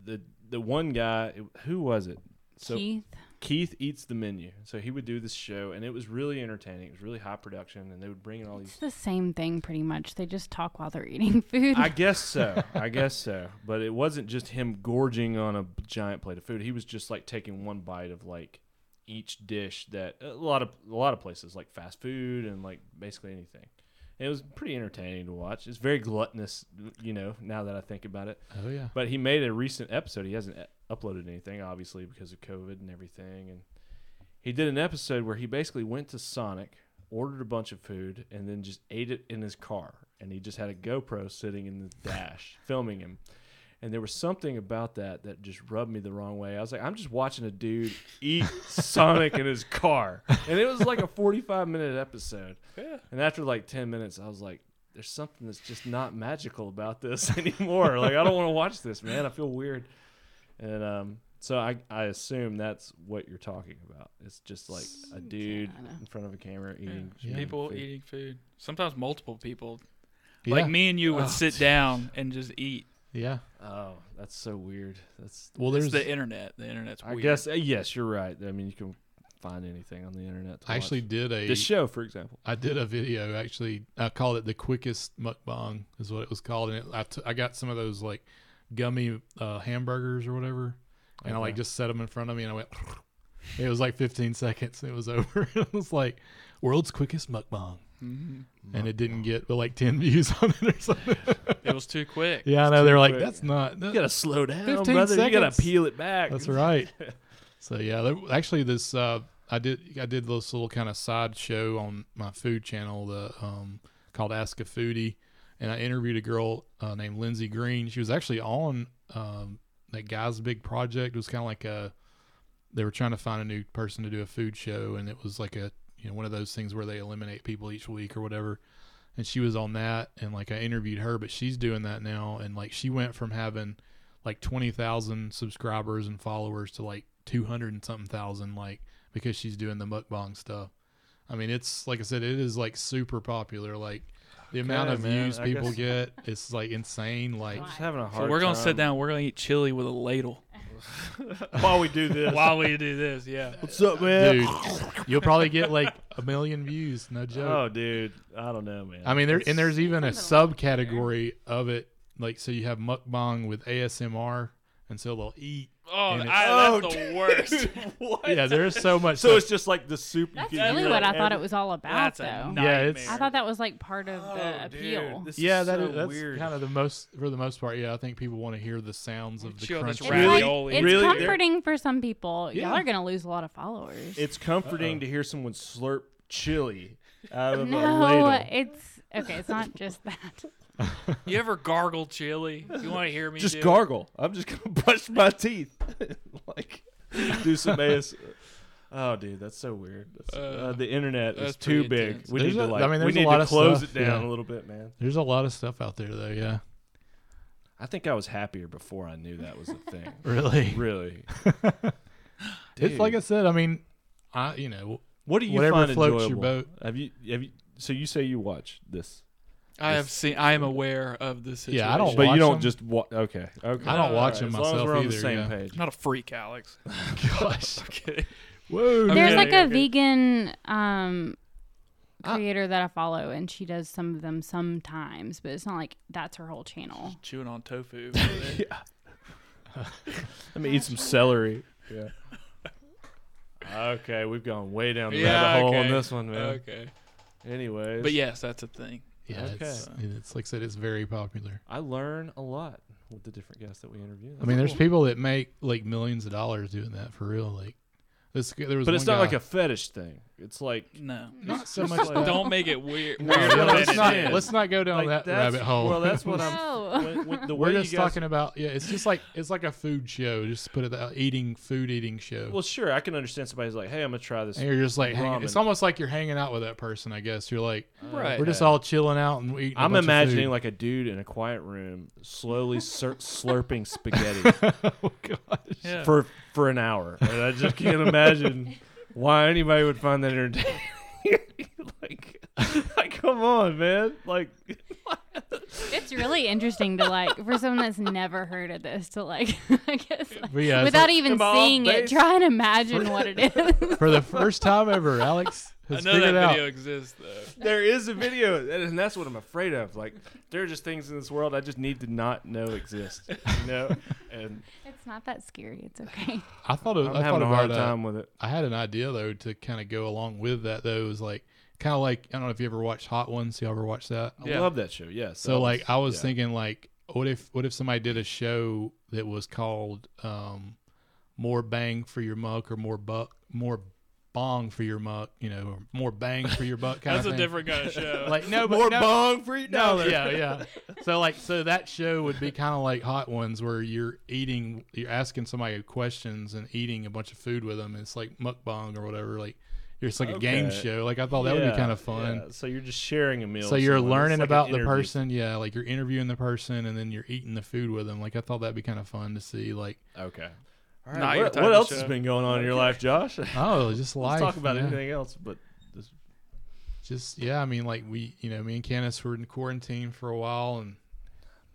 D: the the one guy, who was it? So
E: Keith.
D: Keith eats the menu. So he would do this show, and it was really entertaining. It was really high production, and they would bring in all these
E: It's the same thing pretty much. They just talk while they're eating food.
D: I guess so. I guess so. But it wasn't just him gorging on a giant plate of food. He was just like taking one bite of like each dish that a lot of a lot of places like fast food and like basically anything. And it was pretty entertaining to watch. It's very gluttonous, you know, now that I think about it.
C: Oh yeah.
D: But he made a recent episode. He hasn't u- uploaded anything obviously because of COVID and everything and he did an episode where he basically went to Sonic, ordered a bunch of food, and then just ate it in his car. And he just had a GoPro sitting in the dash filming him. And there was something about that that just rubbed me the wrong way. I was like, I'm just watching a dude eat Sonic in his car. And it was like a 45 minute episode.
A: Yeah.
D: And after like 10 minutes, I was like, there's something that's just not magical about this anymore. Like, I don't want to watch this, man. I feel weird. And um, so I, I assume that's what you're talking about. It's just like a dude
E: I know.
D: in front of a camera
A: Yeah.
D: eating.
C: Yeah.
A: People
D: food.
A: eating food. Sometimes multiple people.
C: yeah.
A: Like me and you would
D: Oh,
A: sit down and just eat.
C: Yeah.
D: Oh, that's so weird. That's.
C: Well,
A: It's
C: there's
A: the internet. The internet's
D: I
A: weird.
D: guess uh, yes, you're right. I mean, you can find anything on the internet. To
C: I actually
D: watch.
C: did a
D: this show, for example.
C: I did a video actually. I called it the quickest mukbang is what it was called, and it, I, t- I got some of those like gummy uh, hamburgers or whatever, and I like
D: Okay.
C: just set them in front of me, and I went. It was like 15 seconds. And it was over. it was like world's quickest mukbang,
A: Mhm.
C: and it didn't get but like 10 views on it or something.
A: It was too quick.
C: yeah, I know. They were like,
D: quick.
C: that's not.
D: You gotta slow down,
C: 15
D: brother. You gotta
C: seconds.
D: peel it back.
C: That's right. so yeah, there, actually, this uh, I did I did this little kind of side show on my food channel, the um, called Ask a Foodie, and I interviewed a girl uh, named Lindsay Green. She was actually on um, that guy's big project. It was kind of like a they were trying to find a new person to do a food show, and it was like a you know one of those things where they eliminate people each week or whatever. And she was on that, and like I interviewed her, but she's doing that now, and like she went from having like 20,000 subscribers and followers to like 200 and something thousand, like because she's doing the mukbang stuff. I mean, it's like I said, it is like super popular. Like the amount
D: Okay,
C: of
D: man,
C: views
D: I
C: people
D: guess-
C: get, it's like insane. Like,
D: I'm just having a hard.
A: So we're gonna
D: time.
A: sit down. We're gonna eat chili with a ladle
D: while we do this.
A: while we do this. Yeah.
B: What's up, man?
D: Oh,
C: dude, you'll probably get like a million views. No joke.
D: Oh, dude, I don't know, man.
C: I mean, there and there's even a
E: That's a lot better.
C: subcategory of it. Like, so you have mukbang with ASMR, and so they'll eat.
A: Oh,
C: And it-
A: I, that's the worst.
D: what?
C: Yeah, there's so much.
D: So it's just like the soup. you
E: That's
D: can eat
E: really
D: with
E: what I thought
D: every-
E: it was all about,
A: That's a
E: though.
A: nightmare.
C: Yeah, it's-
E: I thought that was like part of the appeal.
D: Oh, This
C: yeah,
D: is
C: that
D: so
C: is- that's
D: weird.
C: kind of the most for the most part. Yeah, I think people want to hear the sounds of the
A: Chill,
C: crunch.
A: this
E: It's,
C: wrap.
A: Really?
E: like, it's
D: Really?
E: comforting for some people.
C: Yeah.
E: Y'all are gonna lose a lot of followers.
D: It's comforting to hear someone slurp chili out of a
E: no,
D: ladle.
E: it's okay. It's not just that.
A: You ever gargle chili? You want to hear me?
D: just
A: do it?
D: gargle. I'm just gonna brush my teeth, like do some AS. Oh, dude, that's so weird. That's-
A: Uh,
D: uh, the internet is
A: that's
D: too
A: pretty
D: big.
A: intense.
D: We
C: There's
D: need to
C: a-
D: like.
C: I mean,
D: we
C: there's a
D: need
C: lot
D: to
C: of
D: close
C: stuff,
D: it down
C: yeah.
D: a little bit, man.
C: There's a lot of stuff out there though. Yeah,
D: I think I was happier before I knew that was a thing.
C: really.
D: really,
C: It's like
D: Dude.
C: I said. I mean, I you know
D: What do you
C: Whatever
D: find
C: floats your
D: enjoyable?
C: boat.
D: Have you have you? So you say you watch this,
A: I have seen. I am aware of this situation.
C: Yeah, I don't
D: but
C: watch
D: you don't
C: them.
D: just watch. Okay, okay.
C: I don't watch them
D: as long as
C: myself
D: we're on
C: either.
D: the same
C: yeah.
D: page.
A: I'm not a freak, Alex.
C: Gosh,
A: I'm kidding.
C: whoa.
A: I'm
E: There's
A: kidding,
E: like a
A: I'm kidding.
E: vegan um
C: Ah.
E: creator that I follow, and she does some of them sometimes, but it's not like that's her whole channel.
A: chewing on tofu.
D: yeah. Let me eat some celery. Yeah. Okay, we've gone way down the
A: Yeah,
D: rabbit hole on
A: okay.
D: this one, man.
A: okay.
D: Anyways,
A: But yes, that's a thing.
C: Yeah, it's,
A: Okay.
C: it's like I said, it's very popular.
D: I learn a lot with the different guests that we interview.
C: I mean, there's people that make like millions of dollars doing that for real. Like this, g- there was.
D: but it's
C: one
D: not
C: guy-
D: like a fetish thing. It's like
A: No.
C: Not so
D: just
C: much.
D: like-
C: that-
A: Don't make it weird.
D: No,
A: weirder
D: no,
A: than
D: it's
A: it
D: not-
A: is.
D: Yeah.
C: Let's not go down
D: like,
C: that
D: that's-
C: rabbit hole.
D: Well, that's what I'm.
E: No.
D: When, when the way
C: We're
D: you
C: just
D: guys-
C: talking about yeah. It's just like it's like a food show. Just put it that eating food eating show.
D: Well, sure, I can understand somebody's like, "Hey, I'm gonna try this."
C: and you're just like hanging, it's
D: ramen.
C: almost like you're hanging out with that person. I guess you're like
A: Right.
C: we're just all chilling out and eating. a
D: uh, I'm
C: bunch of
D: imagining
C: food.
D: like a dude in a quiet room slowly slur- slurping spaghetti
C: oh gosh.
A: Yeah.
D: for for an hour, and I just can't imagine why anybody would find that entertaining. like, like, come on, man! Like,
E: It's really interesting to like for someone that's never heard of this to like I guess like,
C: But yeah, it's
E: without
C: like-
E: even
D: am I off
E: seeing it,
D: base?
E: try and imagine what it is.
C: for the first time ever, Alex
A: I
C: has
A: know that
C: figured out.
A: video exists though.
D: there is a video, and and that's what I'm afraid of. Like, there are just things in this world I just need to not know exist. You know, and
E: it's not that scary. It's okay.
C: I thought it,
D: I'm
C: I thought
D: having a hard
C: about uh,
D: time with it.
C: I had an idea though to kind of go along with that though. Is like kind of like I don't know if you ever watched Hot Ones. You ever watched that?
D: I
A: Yeah.
D: love that show. Yes.
C: So like I was
D: yeah.
C: thinking like what if what if somebody did a show that was called um more bang for your muck or more buck more bong for your muck you know or more bang for your buck kind
A: That's
C: of
A: a
C: thing.
A: different kind of show.
C: like no but
B: More
C: no,
B: bong for your
C: no,
B: dollar.
C: yeah yeah so like so that show would be kind of like hot ones where you're eating you're asking somebody questions and eating a bunch of food with them and it's like mukbang or whatever like it's like a game
D: Okay.
C: show like I thought that would
D: Yeah,
C: be kind of fun
D: yeah. So you're just sharing a meal.
C: so
D: with
C: you're
D: someone. It's
C: learning
D: like an
C: about the
D: interview.
C: person, yeah. Like you're interviewing the person, and then you're eating the food with them. Like I thought that'd be kind of fun to see. Like
D: Okay. All
A: Not your
D: what
A: type
D: what
A: of
D: else has
A: show.
D: been going on in your life, Josh? Let's
C: oh, just life.
D: talk about
C: yeah.
D: anything else, but this,
C: Just yeah, I mean, like we, you know, me and Candace were in quarantine for a while, and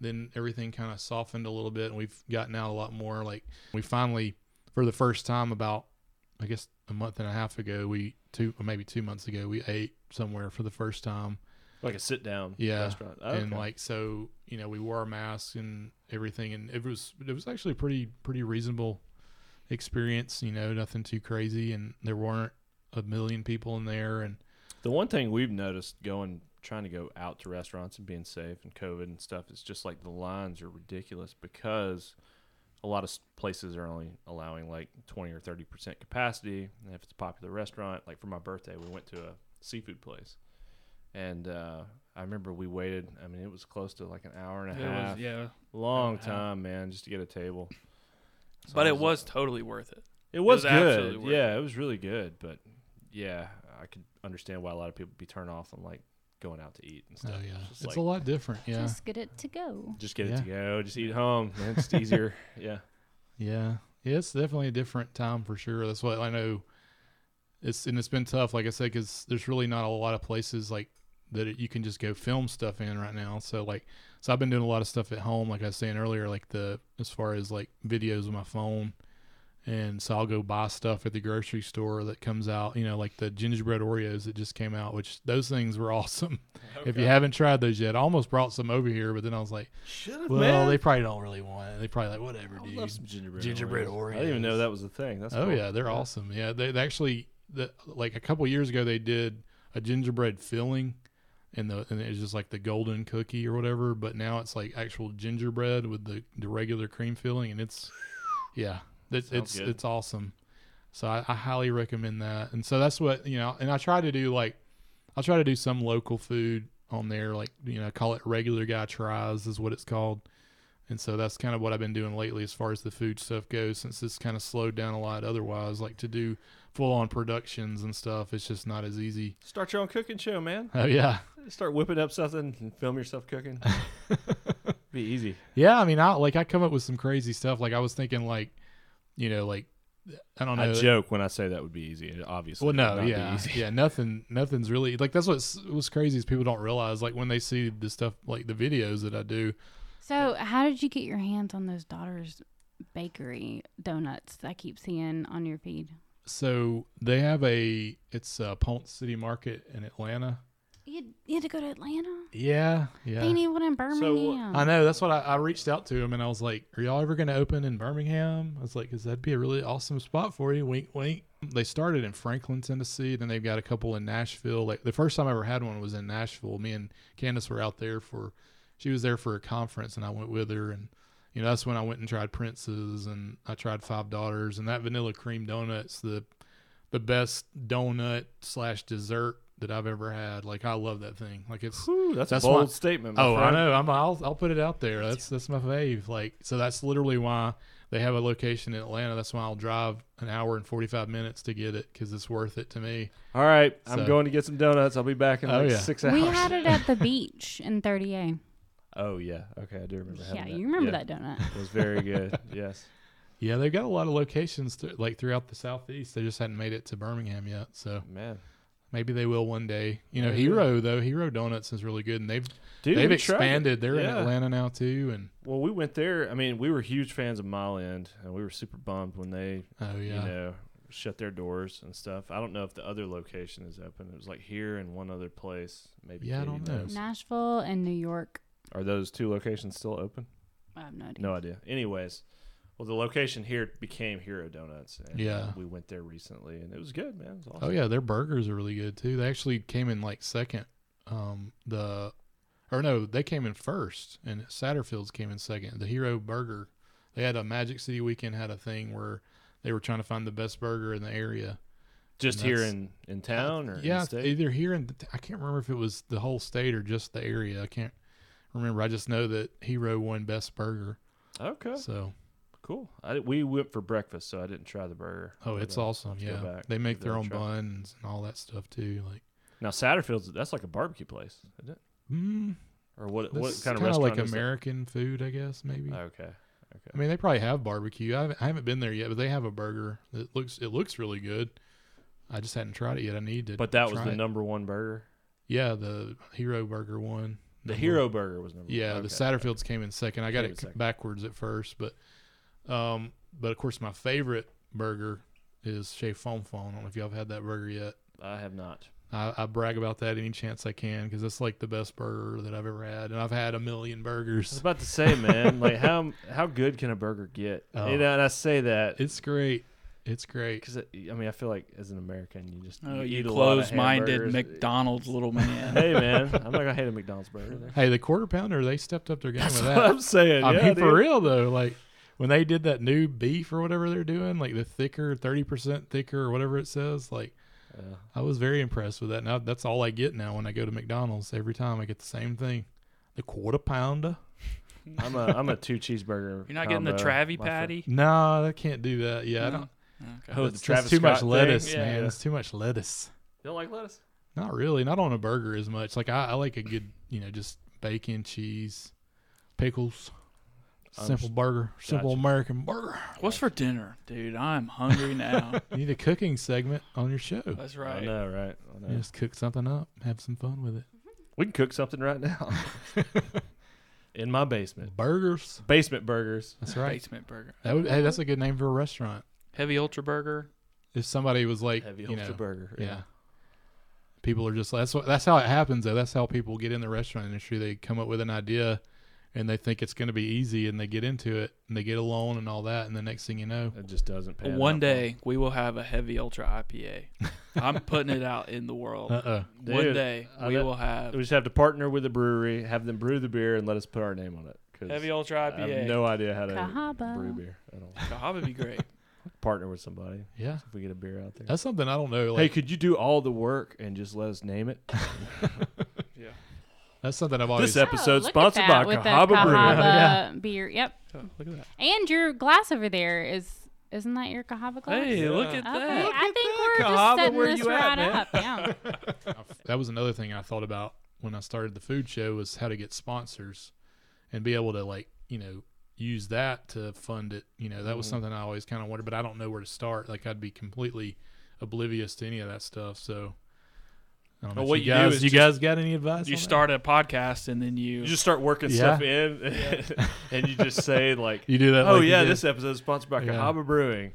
C: then everything kind of softened a little bit, and we've gotten out a lot more. Like we finally, for the first time, about I guess a month and a half ago, we two or maybe two months ago, we ate somewhere for the first time.
D: like a sit down
C: Yeah,
D: restaurant. Oh,
C: and
D: okay.
C: like so you know we wore masks and everything and it was it was actually a pretty pretty reasonable experience you know nothing too crazy and there weren't a million people in there and
D: the one thing we've noticed going trying to go out to restaurants and being safe and COVID and stuff is just like the lines are ridiculous because a lot of s- places are only allowing like 20 or 30 percent capacity, and if it's a popular restaurant, like for my birthday, we went to a seafood place, and uh, I remember we waited. I mean, it was close to like an hour and a
A: It
D: half.
A: was, yeah.
D: Long
A: Yeah.
D: time, man, just to get a table. So
A: But
D: I
A: it was totally worth it.
D: it was,
A: was absolutely
D: good.
A: worth
D: Yeah, it was really good. But yeah, I could understand why a lot of people be turned off on like going out to eat and
C: oh
D: stuff.
C: yeah
D: It's
C: it's,
D: just like,
C: a lot different yeah
E: Just get it to go.
D: just get it
C: Yeah.
D: to go. Just eat at home. Man, it's easier. yeah.
C: yeah yeah it's definitely a different time for sure that's what I know it's and it's been tough like I said because there's really not a lot of places like that you can just go film stuff in right now so like so I've been doing a lot of stuff at home like I was saying earlier like the as far as like videos with my phone and so I'll go buy stuff at the grocery store that comes out, you know, like the gingerbread Oreos that just came out, which those things were awesome. If you haven't tried those yet, I almost brought some over here, but then I was like,
B: Shut up,
C: well,
B: man.
C: they probably don't really want it. They probably like whatever,
D: I would
C: dude.
D: love some gingerbread.
C: Gingerbread
D: Oreos. I didn't even
C: Oreos.
D: know that was a thing. That's
C: oh
D: cool.
C: yeah, they're awesome. Yeah, they, they actually the, like a couple years ago they did a gingerbread filling, and the and it's just like the golden cookie or whatever. But now it's like actual gingerbread with the the regular cream filling, and it's yeah, it's
D: Sounds
C: it's,
D: good.
C: it's awesome. So I, I highly recommend that. And so that's what you know. And I try to do like I try to do some local food on there, like you know, call it regular guy tries is what it's called. And so that's kind of what I've been doing lately as far as the food stuff goes, since it's kind of slowed down a lot otherwise. Like to do full on productions and stuff, it's just not as easy.
D: Start your own cooking show, man.
C: Oh, yeah.
D: Start whipping up something and film yourself cooking. be easy.
C: Yeah. I mean, I like, I come up with some crazy stuff. Like I was thinking, like, you know, like, I don't know.
D: I joke when I say that would be easy. It Obviously,
C: well,
D: would
C: no,
D: not be
C: yeah,
D: easy.
C: yeah, nothing, nothing's really like that's what's what's crazy is people don't realize like when they see the stuff like the videos that I do.
E: So, how did you get your hands on those daughters' bakery donuts that I keep seeing on your feed?
C: So they have a it's uh, Ponce City Market in Atlanta.
E: You, you had to go to Atlanta.
C: Yeah, yeah.
E: They need one in
D: So, what-
E: Birmingham.
C: I know. That's what I, I reached out to him and I was like, Are y'all ever going to open in Birmingham? I was like, Because that'd be a really awesome spot for you. Wink, wink. They started in Franklin, Tennessee. Then they've got a couple in Nashville. Like the first time I ever had one was in Nashville. Me and Candace were out there for, she was there for a conference and I went with her. And, you know, that's when I went and tried Prince's and I tried Five Daughters and that vanilla cream donuts, the, the best donut slash dessert that I've ever had. Like I love that thing. Like it's
D: Whew, that's,
C: That's
D: a
C: my-
D: bold statement. My
C: oh I
D: friend.
C: know I'm I'll I'll put it out there. That's that's my fave. Like so that's literally why they have a location in Atlanta. That's why I'll drive an hour and forty five minutes to get it because it's worth it to me.
D: All right, I'm
C: So-
D: going to get some donuts. I'll be back in
C: Oh,
D: like
C: yeah.
D: six hours.
E: We had it at the beach in 30A.
D: oh yeah, okay, I do remember having
E: Yeah,
D: that.
E: you remember
D: Yeah,
E: that donut.
D: It was very good. yes.
C: Yeah, they've got a lot of locations thr- like throughout the southeast. They just hadn't made it to Birmingham yet. So
D: Man,
C: maybe they will one day. You know,
D: Maybe.
C: Hero though, Hero Donuts is really good, and they've
D: dude,
C: they've
D: we tried it.
C: expanded. They're in
D: Yeah.
C: Atlanta now too, and
D: Well, we went there. I mean, we were huge fans of Mile End, and we were super bummed when they,
C: oh yeah,
D: you know, shut their doors and stuff. I don't know if the other location is open. It was like here and one other place. Maybe.
C: Yeah, I
D: Katie
C: don't know.
D: knows.
E: Nashville and New York.
D: Are those two locations still open?
E: I have no idea.
D: No idea. Anyways, well, the location here became Hero Donuts. And
C: Yeah.
D: We went there recently, and it was good, man. It was awesome.
C: oh yeah, their burgers are really good too. They actually came in like second. Um, the or no, they came in first, and Satterfield's came in second. The Hero Burger, they had a Magic City weekend had a thing where they were trying to find the best burger in the area.
D: Just
C: And
D: here
C: that's-
D: in, in town or in
C: yeah,
D: state?
C: either here and I can't remember if it was the whole state or just the area. I can't remember. I just know that Hero won best burger.
D: Okay,
C: So
D: cool. I, di- we went for breakfast, so I didn't try the burger.
C: oh,
D: But,
C: it's
D: uh,
C: awesome.
D: have to go
C: Yeah,
D: back,
C: they make
D: give
C: their
D: that a
C: own
D: try.
C: buns and all that stuff too. Like,
D: Now Satterfield's that's like a barbecue place, isn't it?
C: mm,
D: Or what?
C: this
D: What
C: is
D: kind of
C: kinda
D: restaurant?
C: like
D: is that? Oh,
C: American food, I guess maybe.
D: Okay.
C: I mean, they probably have barbecue. I haven't, I haven't been there yet, but they have a burger that looks it looks really good. I just hadn't tried it yet. I need to.
D: But that was
C: try
D: the
C: it.
D: number one burger.
C: Yeah, the Hero Burger one.
D: The
C: Number-
D: Hero Burger was number
C: Yeah,
D: one.
C: the
D: Okay.
C: Satterfields came in second. I got
D: Came in
C: it
D: second.
C: backwards at first, but um, but of course my favorite burger is Chez Fon Fon. I don't know if y'all have had that burger yet.
D: I have not.
C: I, I brag about that any chance I can because it's like the best burger that I've ever had, and I've had a million
D: I was
C: burgers.
D: about to say, man, like how how good can a burger get?
C: Oh.
D: You know, and I say that
C: It's great. It's great.
D: because I mean I feel like as an American you just
A: Oh, you
D: eat a lot of
A: closed-minded
D: hamburgers.
A: McDonald's little man.
D: Hey man, I'm not gonna hate a McDonald's burger. There.
C: Hey, the quarter pounder, they stepped up their game
D: That's
C: with
D: what
C: that.
D: I'm saying.
C: I
D: yeah,
C: mean,
D: dude.
C: for real though, like when they did that new beef or whatever they're doing, like the thicker, thirty percent thicker or whatever it says, like
D: Yeah.
C: I was very impressed with that. Now that's all I get now when I go to McDonald's. Every time I get the same thing, the quarter pounder.
D: I'm a I'm a two cheeseburger.
A: You're not getting the
D: combo,
A: Travy
D: my friend.
A: patty.
C: No, I can't do that. Yeah, I don't.
A: Okay.
D: Oh, the
C: that's,
D: Travis
C: that's too much
D: Scott thing?
C: lettuce,
A: Yeah.
C: man.
D: Yeah.
C: It's too much lettuce.
D: You don't like lettuce?
C: Not really. Not on a burger as much. Like I, I like a good, you know, just bacon, cheese, pickles. Simple
D: Underst-
C: burger, simple
D: Gotcha.
C: American burger.
A: What's for dinner, dude? I'm hungry now.
C: You need a cooking segment on your show.
A: That's right.
D: I know, right? I know.
C: Just cook something up, have some fun with it.
D: We can cook something right now in my basement.
C: Burgers.
D: Basement burgers.
C: That's right.
A: Basement burger,
C: That would, hey, that's a good name for a restaurant.
A: heavy ultra burger.
C: If somebody was like,
D: Heavy
C: you
D: ultra
C: know,
D: burger.
C: yeah. People are just that's what that's how it happens though. That's how people get in the restaurant industry. They come up with an idea, and they think it's going to be easy, and they get into it, and they get a loan and all that, and the next thing you know,
D: It just doesn't pan
A: One
D: out.
A: day we will have a heavy ultra IPA. I'm putting it out in the world.
C: uh uh
A: One
D: Dude,
A: day
D: I
A: we
D: bet-
A: will have
D: We just have to partner with a brewery, have them brew the beer, and let us put our name on it. 'cause
A: heavy ultra
D: I have
A: IPA.
D: no idea how to
E: Cahaba.
D: brew beer. I don't
A: God, would be great.
D: partner with somebody
C: yeah.
D: if we get a beer out there.
C: That's something I don't know.
D: hey,
C: Like
D: could you do all the work and just let us name it?
A: yeah.
C: that's something I've always.
D: this episode
E: Oh, look at
D: sponsored by
E: that with the
D: Cahaba Brewery.
E: Cahaba beer. Yep.
A: Oh, look at that.
E: And your glass over there is isn't that your Cahaba glass?
A: Hey, look at
E: Okay,
A: that.
E: I think we're
A: Cahaba,
E: just setting
A: where
E: this
A: you at,
E: right
A: man?
E: up. Yeah.
C: that was another thing I thought about when I started the food show was how to get sponsors and be able to like, you know, use that to fund it. You know, that
D: Mm-hmm.
C: was something I always kind of wondered, but I don't know where to start. Like I'd be completely oblivious to any of that stuff. So I don't know
D: Well,
C: if
D: what
C: you
D: you do
C: guys,
D: is
C: you
D: just-
C: guys got any advice? on
A: You
C: that?
A: start a podcast and then you.
D: You just start working
C: Yeah.
D: stuff in, and you just say like,
C: You do that.
D: "Oh
C: like you
D: yeah,
C: did.
D: this episode is sponsored by
C: Yeah.
D: Cahaba Brewing,"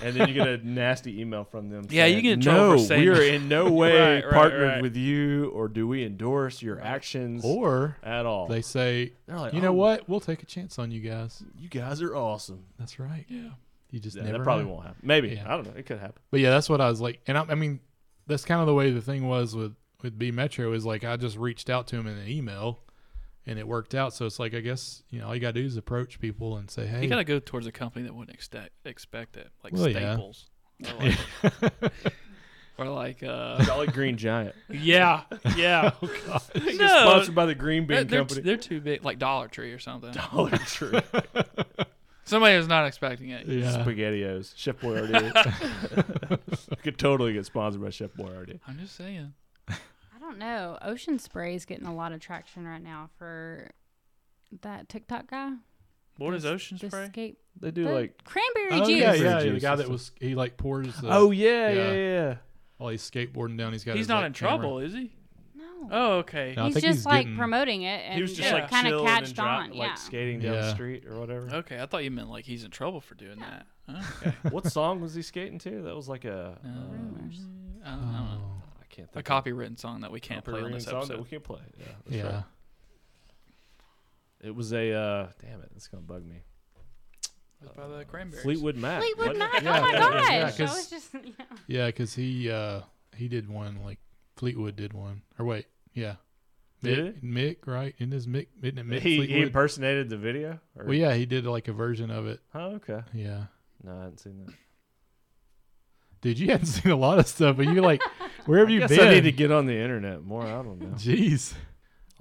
D: and then you get a nasty email from them.
A: Yeah,
D: saying,
A: you get in trouble
D: no,
A: for saying
D: we are
A: that."
D: in no way
A: Right, right,
D: partnered
A: right.
D: with you, or do we endorse your actions
C: or
D: at all?
C: they say,
D: They're like,
C: you know
D: "Oh,
C: what? We'll take a chance on you guys.
D: You guys are awesome.
C: That's right.
A: yeah.
C: You just
D: Yeah,
C: never
D: that probably
C: know.
D: won't happen. Maybe
C: Yeah.
D: I don't know. It could happen.
C: But yeah, that's what I was like, and I, I mean, that's kind of the way the thing was with with B Metro is like I just reached out to him in an email, and it worked out. So it's like I guess you know all you gotta do is approach people and say, hey,
A: You gotta go towards a company that wouldn't expect expect it, like
C: Well, yeah.
A: Staples. They're like, or like uh,
D: Jolly Green Giant.
A: yeah, yeah.
C: Oh,
A: no,
D: Sponsored by the Green Bean
A: they're, they're
D: Company.
A: they're too big, like Dollar Tree or something.
D: Dollar Tree.
A: Somebody was not expecting it.
C: Yeah.
D: SpaghettiOs. Chef Boyardee. I could totally get sponsored by Chef Boyardee.
A: I'm just saying.
E: I don't know. Ocean Spray is getting a lot of traction right now for that TikTok guy.
A: What is
E: This-
A: ocean
E: the
A: spray?
E: skate-
D: They do
E: the
D: like.
E: cranberry
C: Oh,
E: juice.
C: yeah,
D: Juice.
C: yeah, The
D: Juice
C: guy
D: and
C: that was he like pours the
D: oh yeah,
C: yeah.
D: yeah, yeah.
C: while he's skateboarding down. He's got
A: He's
C: his,
A: not
C: like,
A: in
C: camera.
A: trouble, is he?
E: No.
A: Oh, okay.
C: No. I
E: he's
C: think
E: just
C: he's
E: like
C: getting-
E: promoting it, and
D: He was just
A: Yeah.
D: like
E: kind of
D: chilling
E: catched
D: and dro-
E: on. yeah.
D: like skating down the
C: Yeah.
D: street or whatever.
A: Okay, I thought you meant like he's in trouble for doing that. Okay.
D: what song was he skating to? That was like a
A: Uh,
D: um,
E: Rumors.
A: I don't know.
C: Oh.
D: I can't think
A: A
D: of-
A: copywritten song that we can't play on
D: Korean
A: this
D: song that we
A: episode.
D: can't play. Yeah, that's
C: Yeah.
D: right. It was a uh, damn it. It's gonna bug me.
A: It's by the Cranberries.
D: Fleetwood Mac.
E: Fleetwood Mac.
D: wasn't it?
E: oh my
C: yeah,
E: gosh!
C: yeah,
E: I
C: 'cause-
E: was just. Yeah.
C: Yeah, because he uh he did one like Fleetwood did one or wait yeah, Mick,
D: Did
C: Mick right? Isn't his Mick? Isn't it Mick
D: He, he
C: Fleetwood?
D: impersonated the video. Or?
C: well, yeah, he did like a version of it.
D: Oh, okay.
C: Yeah,
D: No, I hadn't seen that.
C: dude, you hadn't seen a lot of stuff, but you like wherever
D: I
C: you've
D: guess
C: been.
D: I need to get on the internet more. I don't know.
C: Jeez, I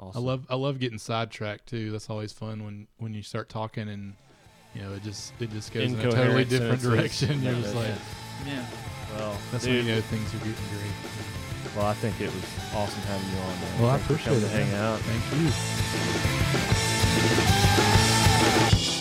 D: Awesome.
C: love I love getting sidetracked too. That's always fun when when you start talking and you know it just it just goes in a totally
D: Incoherent
C: different
D: sentences.
C: direction. You're
D: Yeah,
C: just
D: yeah.
C: like
A: Yeah.
D: Well,
C: that's
D: dude,
C: when you know things are getting great.
D: well, I think it was awesome having you on. Man.
C: Well, I
D: Thanks for
C: appreciate
D: coming
C: it.
D: to hang out.
C: Thank you.